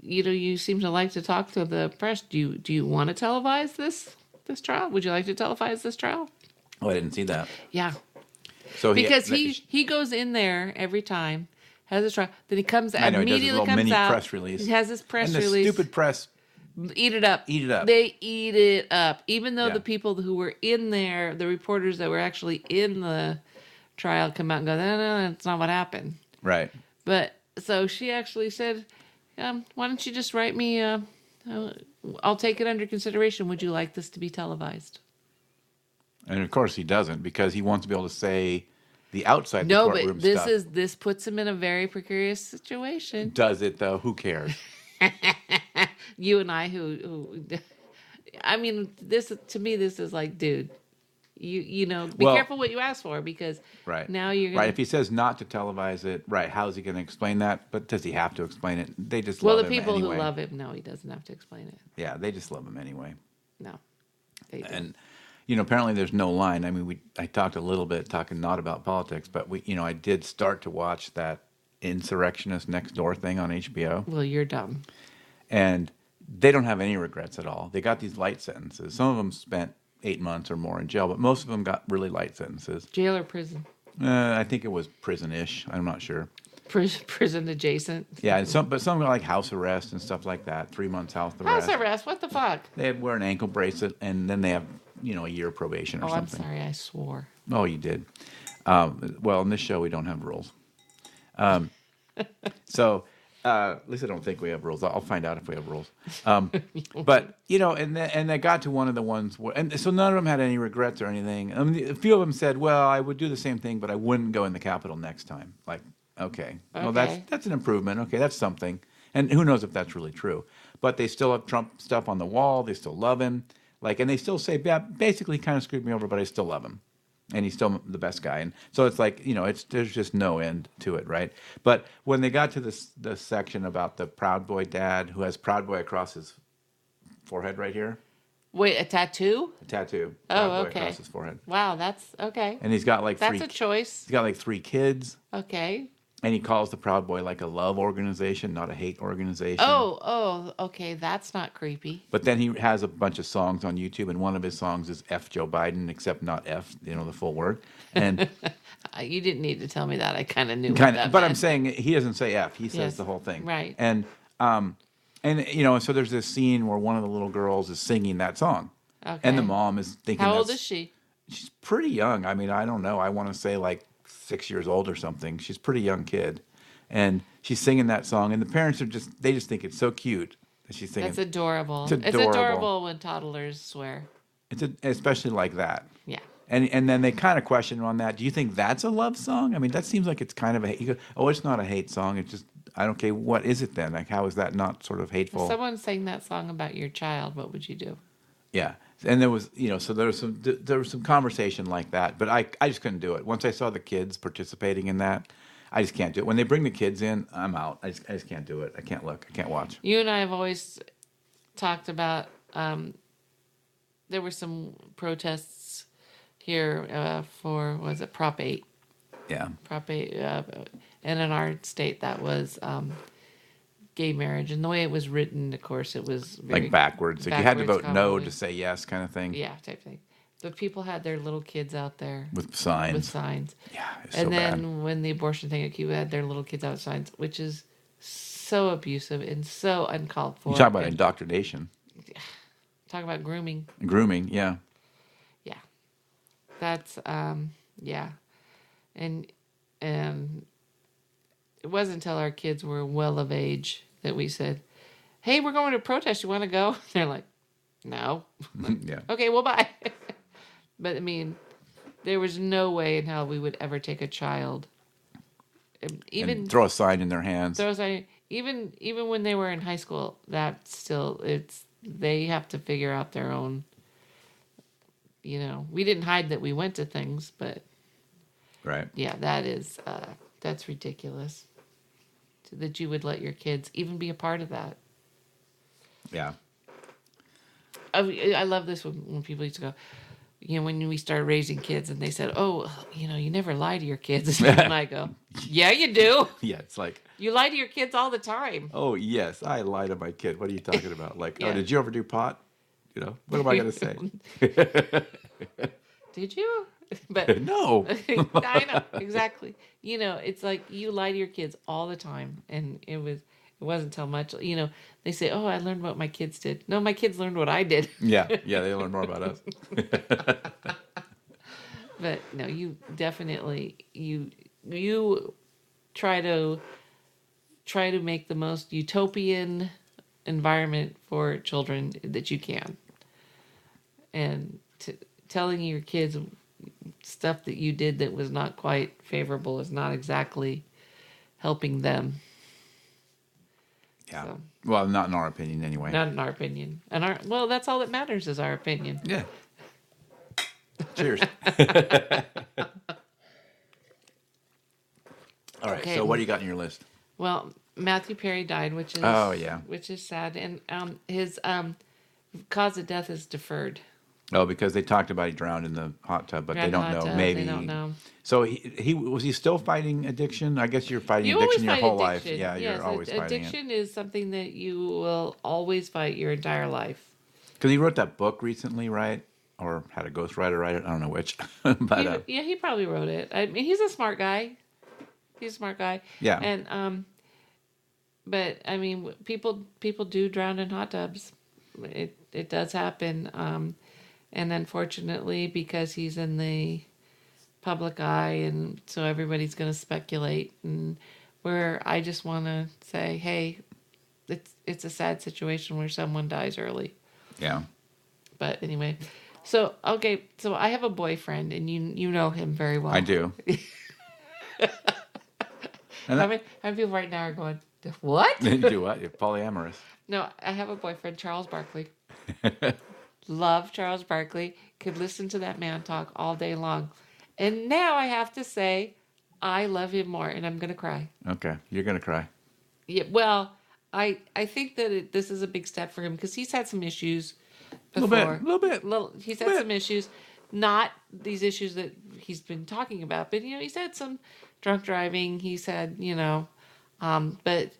you know, you seem to like to talk to the press. Do you do you want to televise this this trial? Would you like to televise this trial?" oh, I didn't see that. Yeah, So he, because he he goes in there every time, has a trial, then he comes I know, he does his immediately little comes mini out, press release. he has his press and the release, stupid press eat it up, Eat it up. They eat it up, even though Yeah. the people who were in there, the reporters that were actually in the trial, come out and go, no, no, that's not what happened. right. But so she actually said, um, "Why don't you just write me? Uh, uh, I'll take it under consideration. Would you like this to be televised?" And of course he doesn't because he wants to be able to say the outside no, the courtroom but this stuff. is this puts him in a very precarious situation. Does it though? Who cares? You and I, who, who I mean, this to me, this is like, dude, you you know, be Well- careful what you ask for because Right. now you're gonna, right. If he says not to televise it, right? How is he going to explain that? But does he have to explain it? They just well, the love him people anyway. who love him, no, he doesn't have to explain it. Yeah, they just love him anyway. No, they do. and you know apparently there's no line i mean we i talked a little bit talking not about politics but we you know i did start to watch that insurrectionist next door thing on hbo well, you're dumb. and they don't have any regrets at all they got these light sentences some of them spent eight months or more in jail but most of them got really light sentences Jail or prison, uh, i think it was prison-ish i'm not sure Pris- prison adjacent. yeah and some but some got like house arrest and stuff like that three months house arrest House arrest. What the fuck? they wear an ankle bracelet and then they have you know a year probation or Oh, I'm something sorry. I swore. Oh, you did. Um, well, in this show, we don't have rules. Um, so, uh, at least I don't think we have rules. I'll find out if we have rules. Um, but you know, and then, and I got to one of the ones where, and so none of them had any regrets or anything. I mean, a few of them said, "Well, I would do the same thing, but I wouldn't go in the Capitol next time." Like, okay, well, that's Okay. that's an improvement. Okay, that's something. And who knows if that's really true. But they still have Trump stuff on the wall. They still love him. Like, and they still say, yeah, basically kind of screwed me over, but I still love him. And he's still the best guy. And so it's like, you know, it's there's just no end to it, right? But when they got to this, this section about the Proud Boy dad who has Proud Boy across his forehead right here, Wait, a tattoo? a tattoo. Oh, Proud Boy okay. across his forehead. Wow, that's okay. And he's got like That's three a choice. he's got like three kids. Okay. And he calls the Proud Boy like a love organization, not a hate organization. Oh, oh, okay. That's not creepy. But then he has a bunch of songs on YouTube, and one of his songs is F Joe Biden, except not F, you know, the full word. And Uh, You didn't need to tell me that. I kind of knew. what kind that of, but I'm meant. saying he doesn't say F, he says Yes, the whole thing. right. And, um, and you know, so there's this scene where one of the little girls is singing that song. And the Okay. mom is thinking, How old that's- is she? She's pretty young. I mean, I don't know. I want to say like six years old or something. She's a pretty young kid. And she's singing that song, and the parents are just, they just think it's so cute that she's singing. That's adorable. It's It's adorable. adorable. when toddlers swear. it's a, especially like that. Yeah. And and then they kind of question on that. Do you think that's a love song? I mean, that seems like it's kind of a hate. You go, oh, it's not a hate song. It's just I don't care. What is it then? Like, how is that not sort of hateful? If someone sang that song about your child, what would you do? yeah. And there was you know, so there was some th- there was some conversation like that. But I I just couldn't do it. Once I saw the kids participating in that, I just can't do it. When they bring the kids in, I'm out. I just, I just can't do it. I can't look. I can't watch. You and I have always talked about um, there were some protests here uh, for, was it Prop 8? Yeah. Prop 8. Uh, and in our state, that was um, gay marriage. And the way it was written, of course, it was very Like backwards. Like you had to vote backwards no commonly. to say yes, kind of thing. Yeah, type thing. But people had their little kids out there With with signs. signs. yeah. It's so and then bad. when the abortion thing at Cuba had their little kids out with signs, which is so abusive and so uncalled for. You talk about And indoctrination, talk about grooming. grooming. Yeah. Yeah, that's um, yeah, and and it wasn't until our kids were well of age that we said, "Hey, we're going to protest. You want to go?" they're like, "No." yeah. okay, well, bye. but I mean, there was no way in hell we would ever take a child, um, even and throw a sign in their hands. throws I even even when they were in high school. That still, it's they have to figure out their own. You know, we didn't hide that we went to things, but right. yeah, that is uh, that's ridiculous. So that you would let your kids even be a part of that. Yeah. I, I love this when, when people used to go, you know, when we started raising kids and they said, oh, you know, you never lie to your kids. and I go, yeah, you do. Yeah. It's like, You lie to your kids all the time. oh yes, I lied to my kid. What are you talking about? Like, oh, Yeah. did you ever do pot? You know, what am I gonna say? Did you? But no. I know exactly. You know, it's like you lie to your kids all the time, and it was it wasn't till much. You know, they say, "Oh, I learned what my kids did." No, my kids learned what I did. Yeah. Yeah. They learn more about us. but no you definitely you you try to try to make the most utopian environment for children that you can and t- telling your kids stuff that you did that was not quite favorable is not exactly helping them Yeah. So. Well, not in our opinion, anyway. not in our opinion and our well that's all that matters is our opinion Yeah. Cheers. All right. Okay. So, what do you got in your list? Well, Matthew Perry died, which is Oh, yeah. which is sad, and um, his um, cause of death is deferred. Oh, because they talked about he drowned in the hot tub, but they Drowned don't hot know. tub, they Maybe don't know. So he, he was he still fighting addiction? I guess you're fighting You addiction always your fight whole addiction. life. Yeah, yes, you're always ad- fighting it. addiction is something that you will always fight your entire life. Because he wrote that book recently, right? Or had a ghostwriter write it. I don't know which. but He- uh, yeah, he probably wrote it. I mean, he's a smart guy. He's a smart guy. Yeah. and um, but I mean, w- people people do drown in hot tubs. It it does happen. Um, and unfortunately, because he's in the public eye, and so everybody's going to speculate. And where I just want to say, hey, it's it's a sad situation where someone dies early yeah. but anyway so okay so i have a boyfriend and you you know him very well I do. how many, how many people right now are going What? you do what? You're polyamorous. No, I have a boyfriend, Charles Barkley. Love Charles Barkley. Could listen to that man talk all day long. And now I have to say, I love him more, and I'm going to cry. Okay, you're gonna cry. Yeah, well, I I think that it, this is a big step for him because he's had some issues Little before. bit, little bit. Little- he's had Little bit. some issues, not these issues that he's been talking about, but you know, he's had some drunk driving. He's had, you know, um, but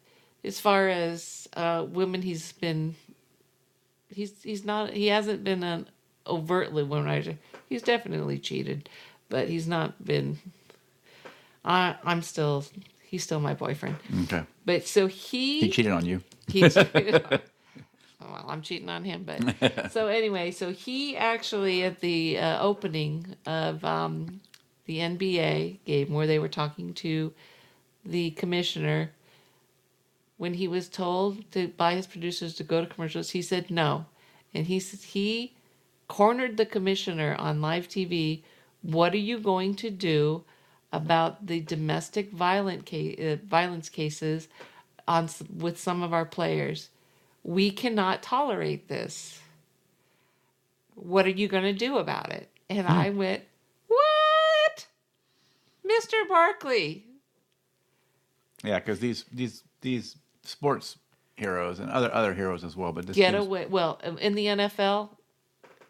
as far as uh, women, he's been he's he's not he hasn't been an overtly woman writer. He's definitely cheated, but he's not been. I I'm still he's still my boyfriend. Okay, But so he cheated on you. he cheated on- well, I'm cheating on him, but so anyway, so he actually at the uh, opening of um, the NBA game where they were talking to the commissioner, when he was told to by his producers to go to commercials, he said no, and he said he cornered the commissioner on live TV. What are you going to do about the domestic violent case, uh, violence cases on s- with some of our players? We cannot tolerate this. What are you going to do about it? And I went, What? Mr. Barkley. Yeah, because these these these sports heroes and other other heroes as well, but this Get seems- away. Well, in the NFL,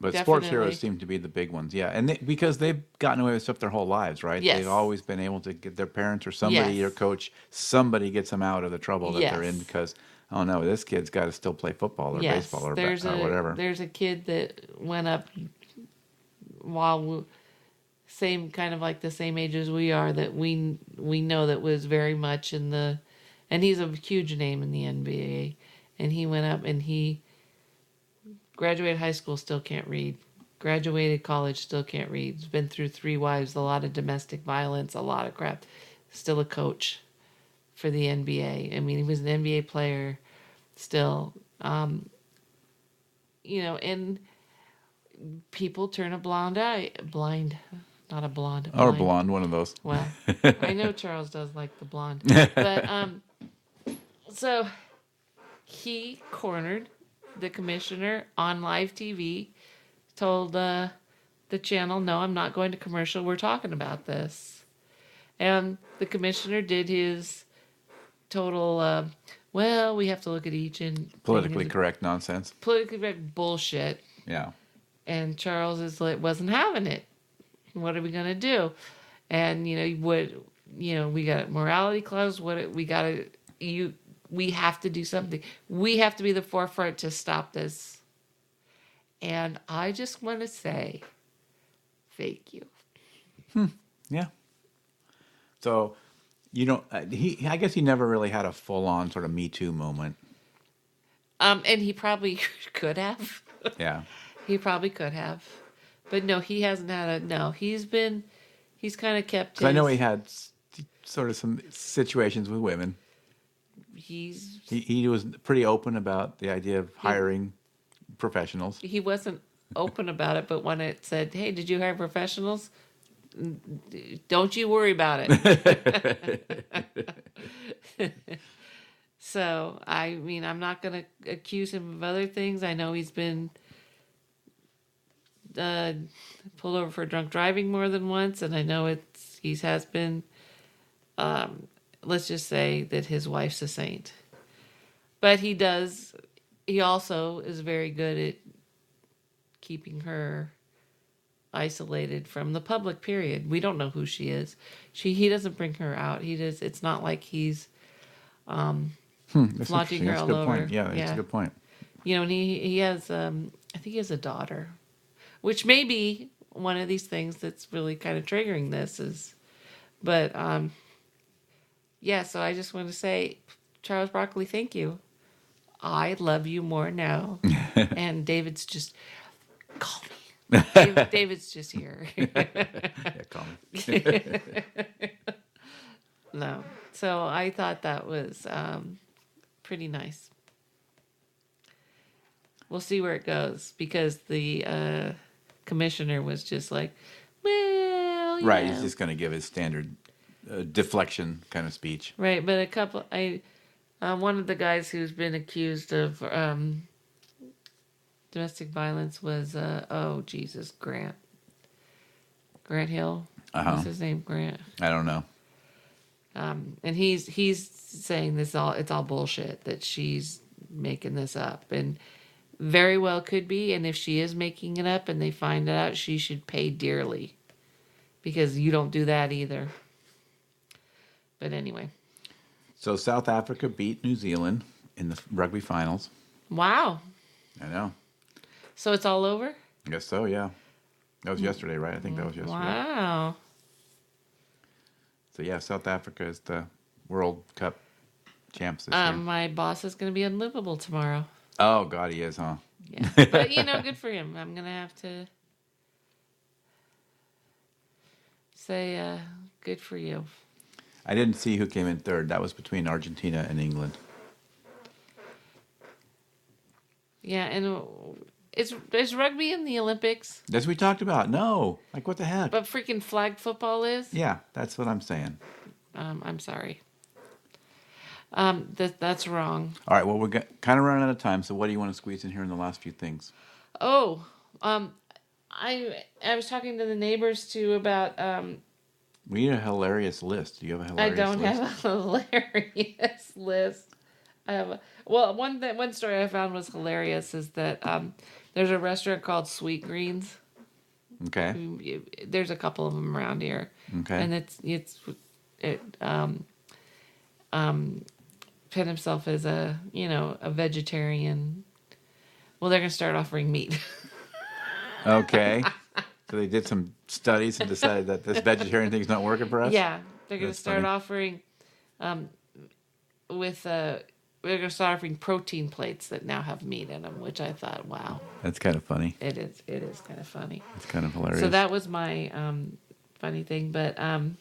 But sports Definitely. heroes seem to be the big ones, yeah, and they, because they've gotten away with stuff their whole lives, right? Yes. They've always been able to get their parents or somebody, Yes. their coach, somebody gets them out of the trouble that they're in Yes. because oh no, this kid's got to still play football or baseball or, ba- there's or a, whatever. There's a kid that went up while we- same kind of like the same age as we are that we we know that was very much in the and he's a huge name in the NBA and he went up and he graduated high school still can't read graduated college still can't read has been through three wives a lot of domestic violence a lot of crap still a coach for the NBA I mean he was an NBA player still Um, you know, and people turn a blonde eye, blind, not a blonde, Or blind. blonde, one of those. Well, I know Charles does like the blonde, but um, so he cornered the commissioner on live TV, told uh, the channel, "No, I'm not going to commercial. We're talking about this," and the commissioner did his total. Uh, well, we have to look at each and Politically correct nonsense. politically correct bullshit. Yeah, And Charles is like, wasn't having it. What are we gonna do? And you know what? You know we got morality clause. What we got to you? We have to do something. We have to be the forefront to stop this. And I just want to say, thank you. yeah. So you don't. Uh, he, I guess he never really had a full on sort of Me Too moment. Um, and he probably could have. Yeah, He probably could have, but no, he hasn't had a no. He's been, he's kind of kept. because I know his- he had s- sort of some situations with women. He's He, he was pretty open about the idea of hiring professionals. he wasn't open about it, but when it said, "Hey, did you hire professionals?" Don't you worry about it. so, I mean, I'm not going to accuse him of other things. I know he's been uh, pulled over for drunk driving more than once, and I know it's he has been. Um, let's just say that his wife's a saint, but he does. He also is very good at keeping her isolated from the public period we don't know who she is she he doesn't bring her out he does it's not like he's That's Flaunting interesting. her That's a all good over. point. Yeah, that's a Yeah. good point. you know and he he has um i think he has a daughter which may be one of these things that's really kind of triggering this is but um yeah so i just want to say charles broccoli thank you i love you more now and david's just call me David, david's just here Yeah, common. No. So I thought that was um, pretty nice. We'll see where it goes because the uh, commissioner was just like, well, you Right, know. he's just going to give his standard uh, deflection kind of speech. right. But a couple, I, uh, one of the guys who's been accused of um, domestic violence was uh, oh Jesus Grant Grant Hill. Uh-huh. What's his name? Grant. I don't know. Um, and he's he's saying this all it's all bullshit that she's making this up and very well could be and if she is making it up and they find out she should pay dearly because you don't do that either but anyway So South Africa beat New Zealand in the rugby finals. wow I know. so it's all over I guess so. Yeah. That Mm. was yesterday, right? I think that was yesterday. wow So yeah, South Africa is the World Cup champs this um, year. my boss is going to be unlivable tomorrow Oh God, he is, huh? yeah but you know good for him i'm going to have to say uh, good for you I didn't see who came in third. That was between Argentina and England. yeah and uh, is, is rugby in the olympics That's what we talked about. No, like what the heck? But freaking flag football is. yeah, that's what I'm saying. Um, I'm sorry. Um, that that's wrong. All right, well we're kind of running out of time. So what do you want to squeeze in here in the last few things? Oh, um, I I was talking to the neighbors too about. Um, We need a hilarious list. Do you have a I hilarious don't list? have a hilarious list. I have a, well one that one story I found was hilarious is that um, there's a restaurant called Sweet Greens. Okay. You- you- There's a couple of them around here. Okay. And it's it's it um um Penn himself as a you know a vegetarian. Well, they're gonna start offering meat. Okay. so they did some studies and decided that this vegetarian thing's not working for us. yeah, they're gonna that's start funny. offering um with uh they're gonna start offering protein plates that now have meat in them, which I thought, wow, That's kind of funny. it is it is kind of funny. It's kind of hilarious. So that was my um funny thing, but um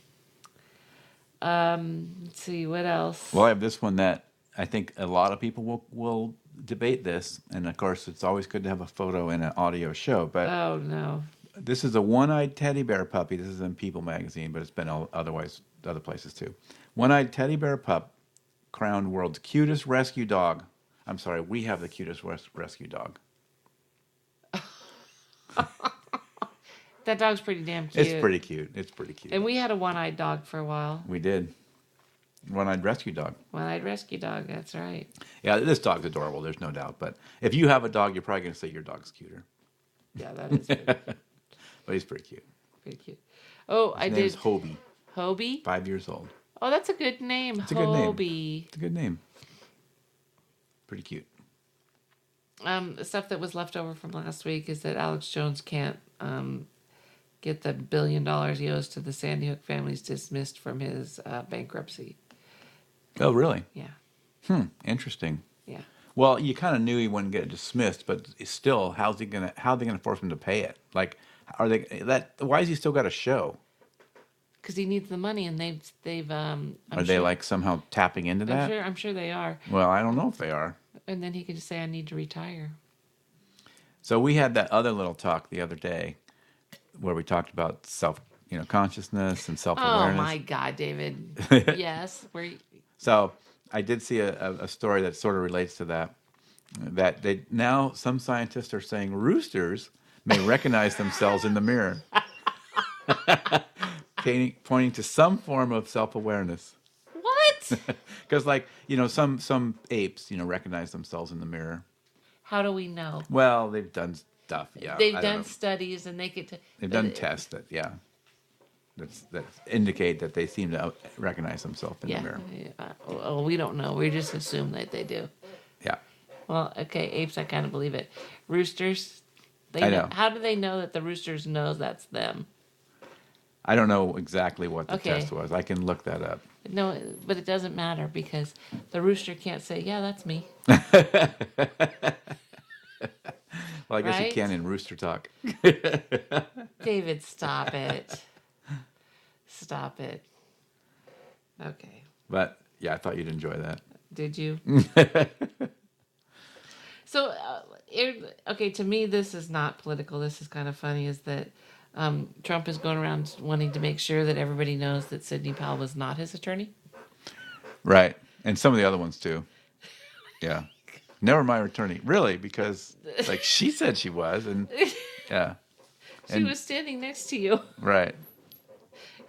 um let's see what else. Well, I have this one that I think a lot of people will will debate this, and of course, it's always good to have a photo in an audio show. But Oh no. this is a one-eyed teddy bear puppy. This is in People magazine, but it's been all, otherwise other places too. One-eyed teddy bear pup crowned world's cutest rescue dog. I'm sorry, we have the cutest res- rescue dog. That dog's pretty damn cute. It's pretty cute. It's pretty cute. And we had a one-eyed dog for a while. we did one-eyed rescue dog. One-eyed rescue dog. That's right. Yeah, this dog's adorable. There's no doubt. But if you have a dog, you're probably going to say your dog's cuter. Yeah, that is pretty, But he's pretty cute. pretty cute. Oh, I His name's did Hobie, Hobie. five years old. Oh, that's a good name. a good name. Hobie. It's a good name. Pretty cute. Um, the stuff that was left over from last week is that Alex Jones can't um, get the billion dollars he owes to the Sandy Hook families dismissed from his uh, bankruptcy. Oh, really? Yeah, Hmm. Interesting. yeah. Well, you kind of knew he wouldn't get dismissed, but still, how's he gonna? How are they gonna force him to pay it? Like, are they that? Why has he still got a show? Because he needs the money, and they've they've um. I'm are they sure- like somehow tapping into I'm that? sure. I'm sure they are. Well, I don't know if they are. And then he can just say, "I need to retire." So we had that other little talk the other day, where we talked about self, you know, consciousness and self Oh awareness. my God, David. yes, we're So I did see a, a, a story that sort of relates to that. That they now some scientists are saying roosters may recognize themselves in the mirror, pointing, pointing to some form of self-awareness. what? Because, like you know, some some apes you know recognize themselves in the mirror. How do we know? Well, they've done stuff. Yeah, They've I don't done uh, know. studies and they could. T- They've done but- tests that yeah, that's that indicate that they seem to out- recognize themselves in Yeah. the mirror. Uh, well, we don't know. We just assume that they do. Yeah, Well, okay, apes, I kind of believe it. Roosters, they I know. How do they know that the roosters know that's them? I don't know exactly what the Okay. test was. I can look that up. No, but it doesn't matter because the rooster can't say, "Yeah, that's me." Well, I guess you Right? can in Rooster Talk. David, stop it. Stop it. Okay. But yeah, I thought you'd enjoy that. Did you? so, uh, it, okay, to me, this is not political. This is kind of funny. Is that um, Trump is going around wanting to make sure that everybody knows that Sidney Powell was not his attorney? Right. And some of the other ones too. Yeah. Never my attorney, really, because like she said she was, and yeah, She And- was standing next to you. right.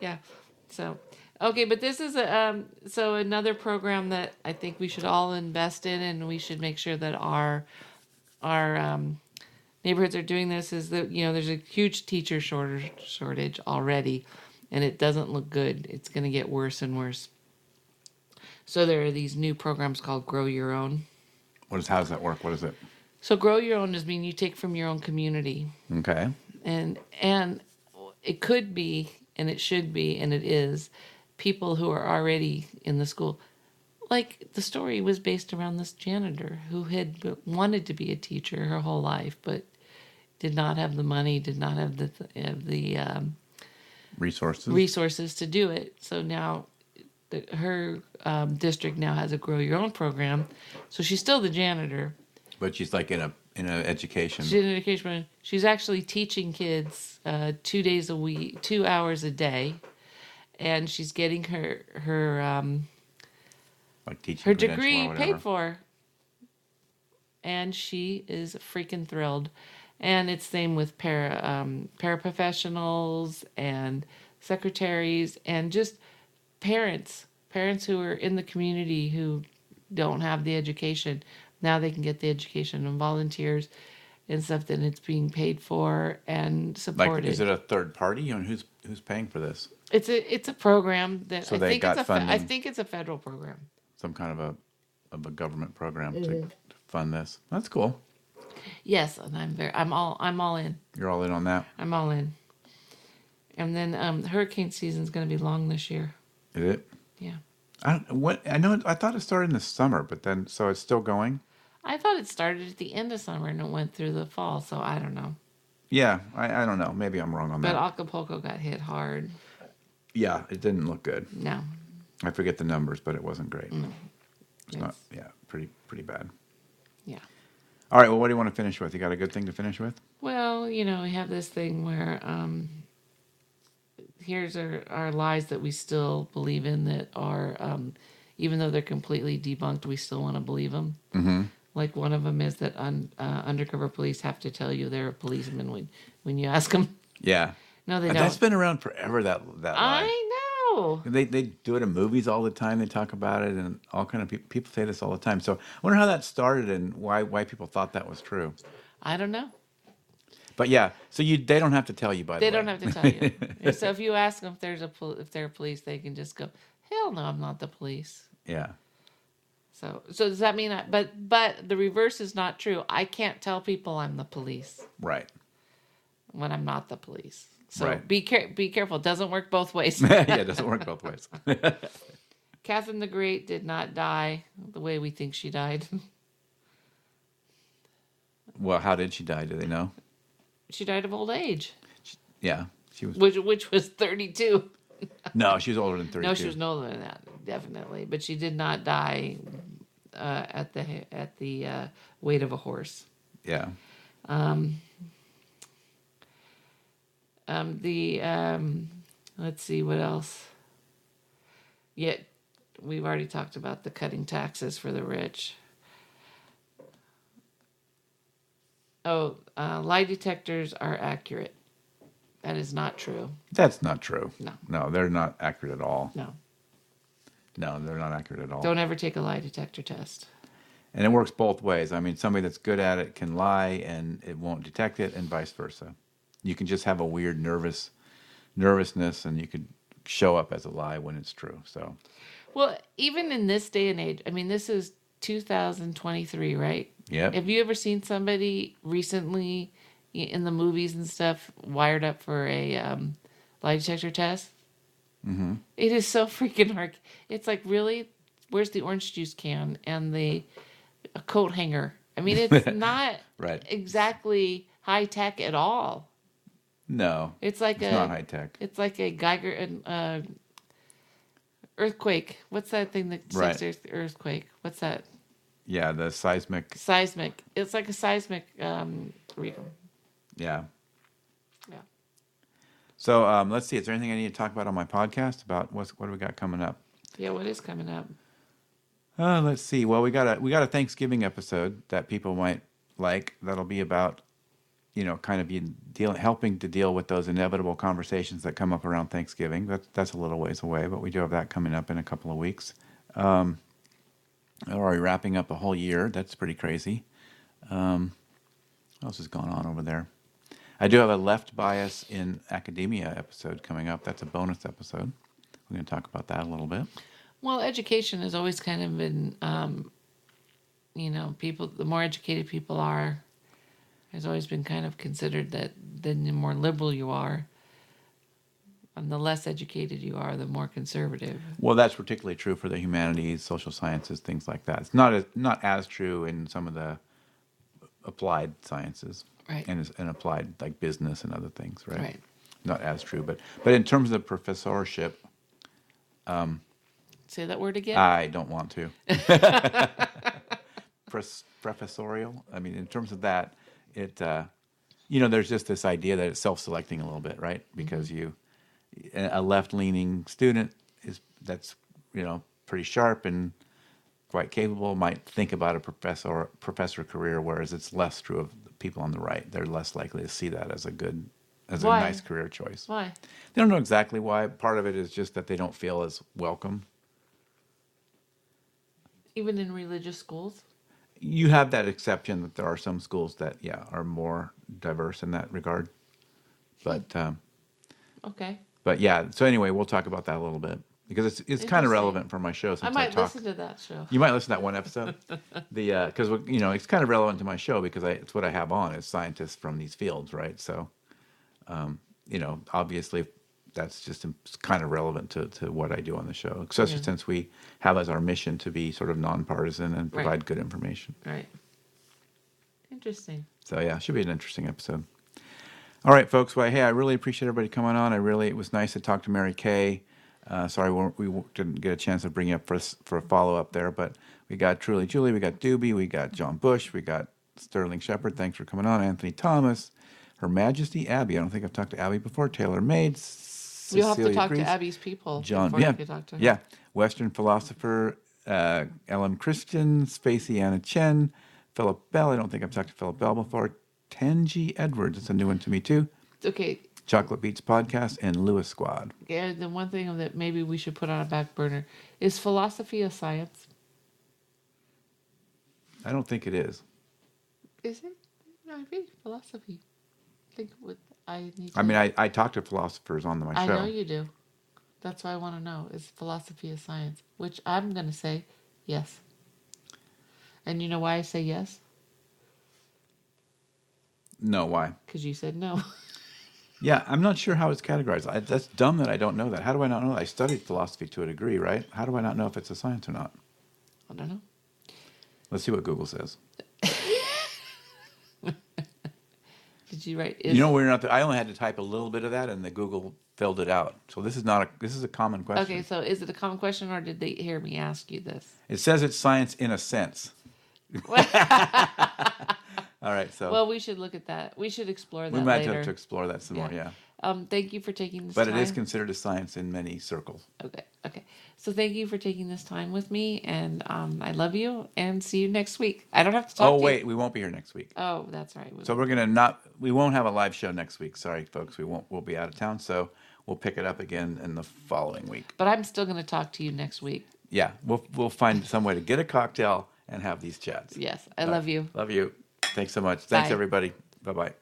Yeah. So, okay, but this is a um, so another program that I think we should all invest in, and we should make sure that our our um, neighborhoods are doing this. Is that you know there's a huge teacher shortage shortage already, and it doesn't look good. It's going to get worse and worse. So there are these new programs called Grow Your Own. What is how does that work? What is it? So Grow Your Own is mean you take from your own community Okay. and and it could be and it should be and it is people who are already in the school like the story was based around this janitor who had b- wanted to be a teacher her whole life but did not have the money did not have the th- have the um, Resources. resources to do it so now the, her um, district now has a grow your own program so she's still the janitor but she's like in a in a education. She's an education program. She's actually teaching kids uh, two days a week, two hours a day, and she's getting her her um, like teaching her credential or degree whatever. paid for. And she is freaking thrilled. And it's same with para um, paraprofessionals and secretaries and just parents, parents who are in the community who don't have the education. Now they can get the education and volunteers and stuff that it's being paid for and Like, supported. is it a third party? And who's who's paying for this? it's a it's a program that So I they think got it's a fe- I funding. think it's a federal program. Some kind of a of a government program to, to fund this. That's cool. Yes, and I'm very I'm all I'm all in. You're all in on that. I'm all in. And then um, hurricane season's going to be long this year. Is it? Yeah, I don't, what I know. I thought it started in the summer, but then so it's still going. I thought it started at the end of summer and it went through the fall. So I don't know. Yeah, I, I don't know. Maybe I'm wrong on But that. Acapulco got hit hard. yeah, it didn't look good. No, I forget the numbers, but it wasn't great. Mm. It's not. It's- Yeah, pretty pretty bad. yeah. All right. Well, what do you want to finish with? You got a good thing to finish with? Well, you know, we have this thing where um, here's our, our lies that we still believe in that are, um, even though they're completely debunked, we still want to believe them. Mm-hmm. Like one of them is that un, uh, undercover police have to tell you they're a policeman when, when you ask them. Yeah. No, they That's don't. been around forever. That that line. I know. They they do it in movies all the time. They talk about it, and all kind of people people say this all the time. So I wonder how that started and why why people thought that was true. I don't know. But yeah, so you they don't have to tell you by They the way. don't have to tell you. And so if you ask them if there's a pol- if they're police, they can just go, "Hell no, I'm not the police." Yeah. So so does that mean? I, but but the reverse is not true. I can't tell people I'm the police Right. when I'm not the police. So Right. be care be careful. It doesn't work both ways. yeah, it doesn't work both ways. Catherine the Great did not die the way we think she died. well, how did she die? Do they know? she died of old age, She, yeah, she was. which which was 32. No, she was older than thirty-two. No, she was no older than that, definitely. But she did not die uh, at the at the uh, weight of a horse. Yeah. Um, the um, let's see what else. Yet we've already talked about the cutting taxes for the rich. Oh, uh, lie detectors are accurate. That is not true. That's not true. No. No, they're not accurate at all. No, No, they're not accurate at all. don't ever take a lie detector test. And it works both ways. I mean, somebody that's good at it can lie and it won't detect it, and vice versa. You can just have a weird nervous nervousness, and you could show up as a lie when it's true. So Well, even in this day and age, I mean, this is 2023, right? Yep. Have you ever seen somebody recently i- in the movies and stuff wired up for a um, lie detector test? Mm-hmm. is so freaking hard. It's like, really? Where's the orange juice can and the coat hanger? I mean, it's not Right. exactly high tech at all. no, It's like it's a not high tech. it's like a Geiger an uh, earthquake. What's that thing that Right. says there's the earthquake? What's that Yeah, the seismic. seismic? It's like a seismic. Um, re- Yeah. yeah. So um, let's see. Is there anything I need to talk about on my podcast about what's what do we got coming up? Yeah. What is coming up? Uh, let's see. Well, we got a we got a Thanksgiving episode that people might like. That'll be about, you know, kind of be dealing, helping to deal with those inevitable conversations that come up around Thanksgiving. That's that's a little ways away, but we do have that coming up in a couple of weeks. Um, already wrapping up a whole year. That's pretty crazy. Um, what else is going on over there? I do have a left bias in academia episode coming up. That's a bonus episode. We're going to talk about that a little bit. Well, education has always kind of been, um, you know, people, the more educated people are, has always been kind of considered that then the more liberal you are, and the less educated you are, the more conservative. Well, that's particularly true for the humanities, social sciences, things like that. It's not as not as true in some of the applied sciences, Right. And, is- and applied like business and other things, right? Right. Not as true, but but in terms of professorship, Say that word again. I don't want to. Pres- professorial. I mean, in terms of that, it uh, you know, there's just this idea that it's self-selecting a little bit, right? Mm-hmm. Because you a a left-leaning student is that's you know pretty sharp and quite capable might think about a professor professor career, whereas it's less true of the people on the right. They're less likely to see that as a good as Why? a nice career choice. Why? They don't know exactly why. Part of it is just that they don't feel as welcome. Even in religious schools? you have that exception that there are some schools that yeah are more diverse in that regard but um, Okay. but yeah so anyway we'll talk about that a little bit because it's it's kind Interesting. of relevant for my show since I I, might talk listen to that show. you might listen to that one episode the because you know it's kind of relevant to my show because I, it's what I have on is scientists from these fields right so um, you know obviously that's just kind of relevant to, to what I do on the show especially Yeah. since we have as our mission to be sort of nonpartisan and Right. provide good information Right. Interesting. So yeah, should be an interesting episode. All right, folks. Well, hey, I really appreciate everybody coming on. I really it was nice to talk to Mary Kay. Uh, sorry we, weren't- we w- didn't get a chance to bring you up for s- for a follow up there, but we got Truly Julie, we got Doobie, we got John Bush, we got Sterling Shepard. Thanks for coming on, Anthony Thomas, Her Majesty Abby. I don't think I've talked to Abby before. Taylor Maid, You'll have to talk Kreese. to Abby's people. John, before yeah, You can talk to her. yeah, Western philosopher uh, Ellen Christian, Spacey Anna Chen, Philip Bell. I don't think I've talked to Philip Bell before. Tenji Edwards, it's a new one to me too. Okay. Chocolate Beats Podcast and Lewis Squad. Yeah, the one thing that maybe we should put on a back burner is philosophy a science? I don't think it is. Is it? No, I read philosophy. I think what I need. I to- mean, I, I talk to philosophers on my I show. know you do. That's why I want to know is philosophy a science? Which I'm going to say yes. And you know why I say yes? No, why? Because you said no. Yeah, I'm not sure how it's categorized. I, that's dumb that I don't know that. How do I not know? that? I studied philosophy to a degree, right? How do I not know if it's a science or not? I don't know. Let's see what Google says. Did you write? Is, you know, we're not. The, I only had to type a little bit of that, and the Google filled it out. So this is not a. This is a common question. okay, so is it a common question or did they hear me ask you this? It says it's science in a sense. All right, so Well, we should look at that. We should explore that we might later. have to explore that some more. Yeah, Um, thank you for taking this but time. it is considered a science in many circles. Okay. Okay. So thank you for taking this time with me, and um, I love you, and see you next week. I don't have to talk. oh to wait, You. we won't be here next week. Oh, that's right. We- So we're gonna not. We won't have a live show next week. Sorry, folks. We won't. We'll be out of town, so we'll pick it up again in the following week. but I'm still going to talk to you next week. Yeah, we'll we'll find some way to get a cocktail and have these chats. Yes, I love you. Love you. Thanks so much. Thanks Bye. everybody. Bye bye.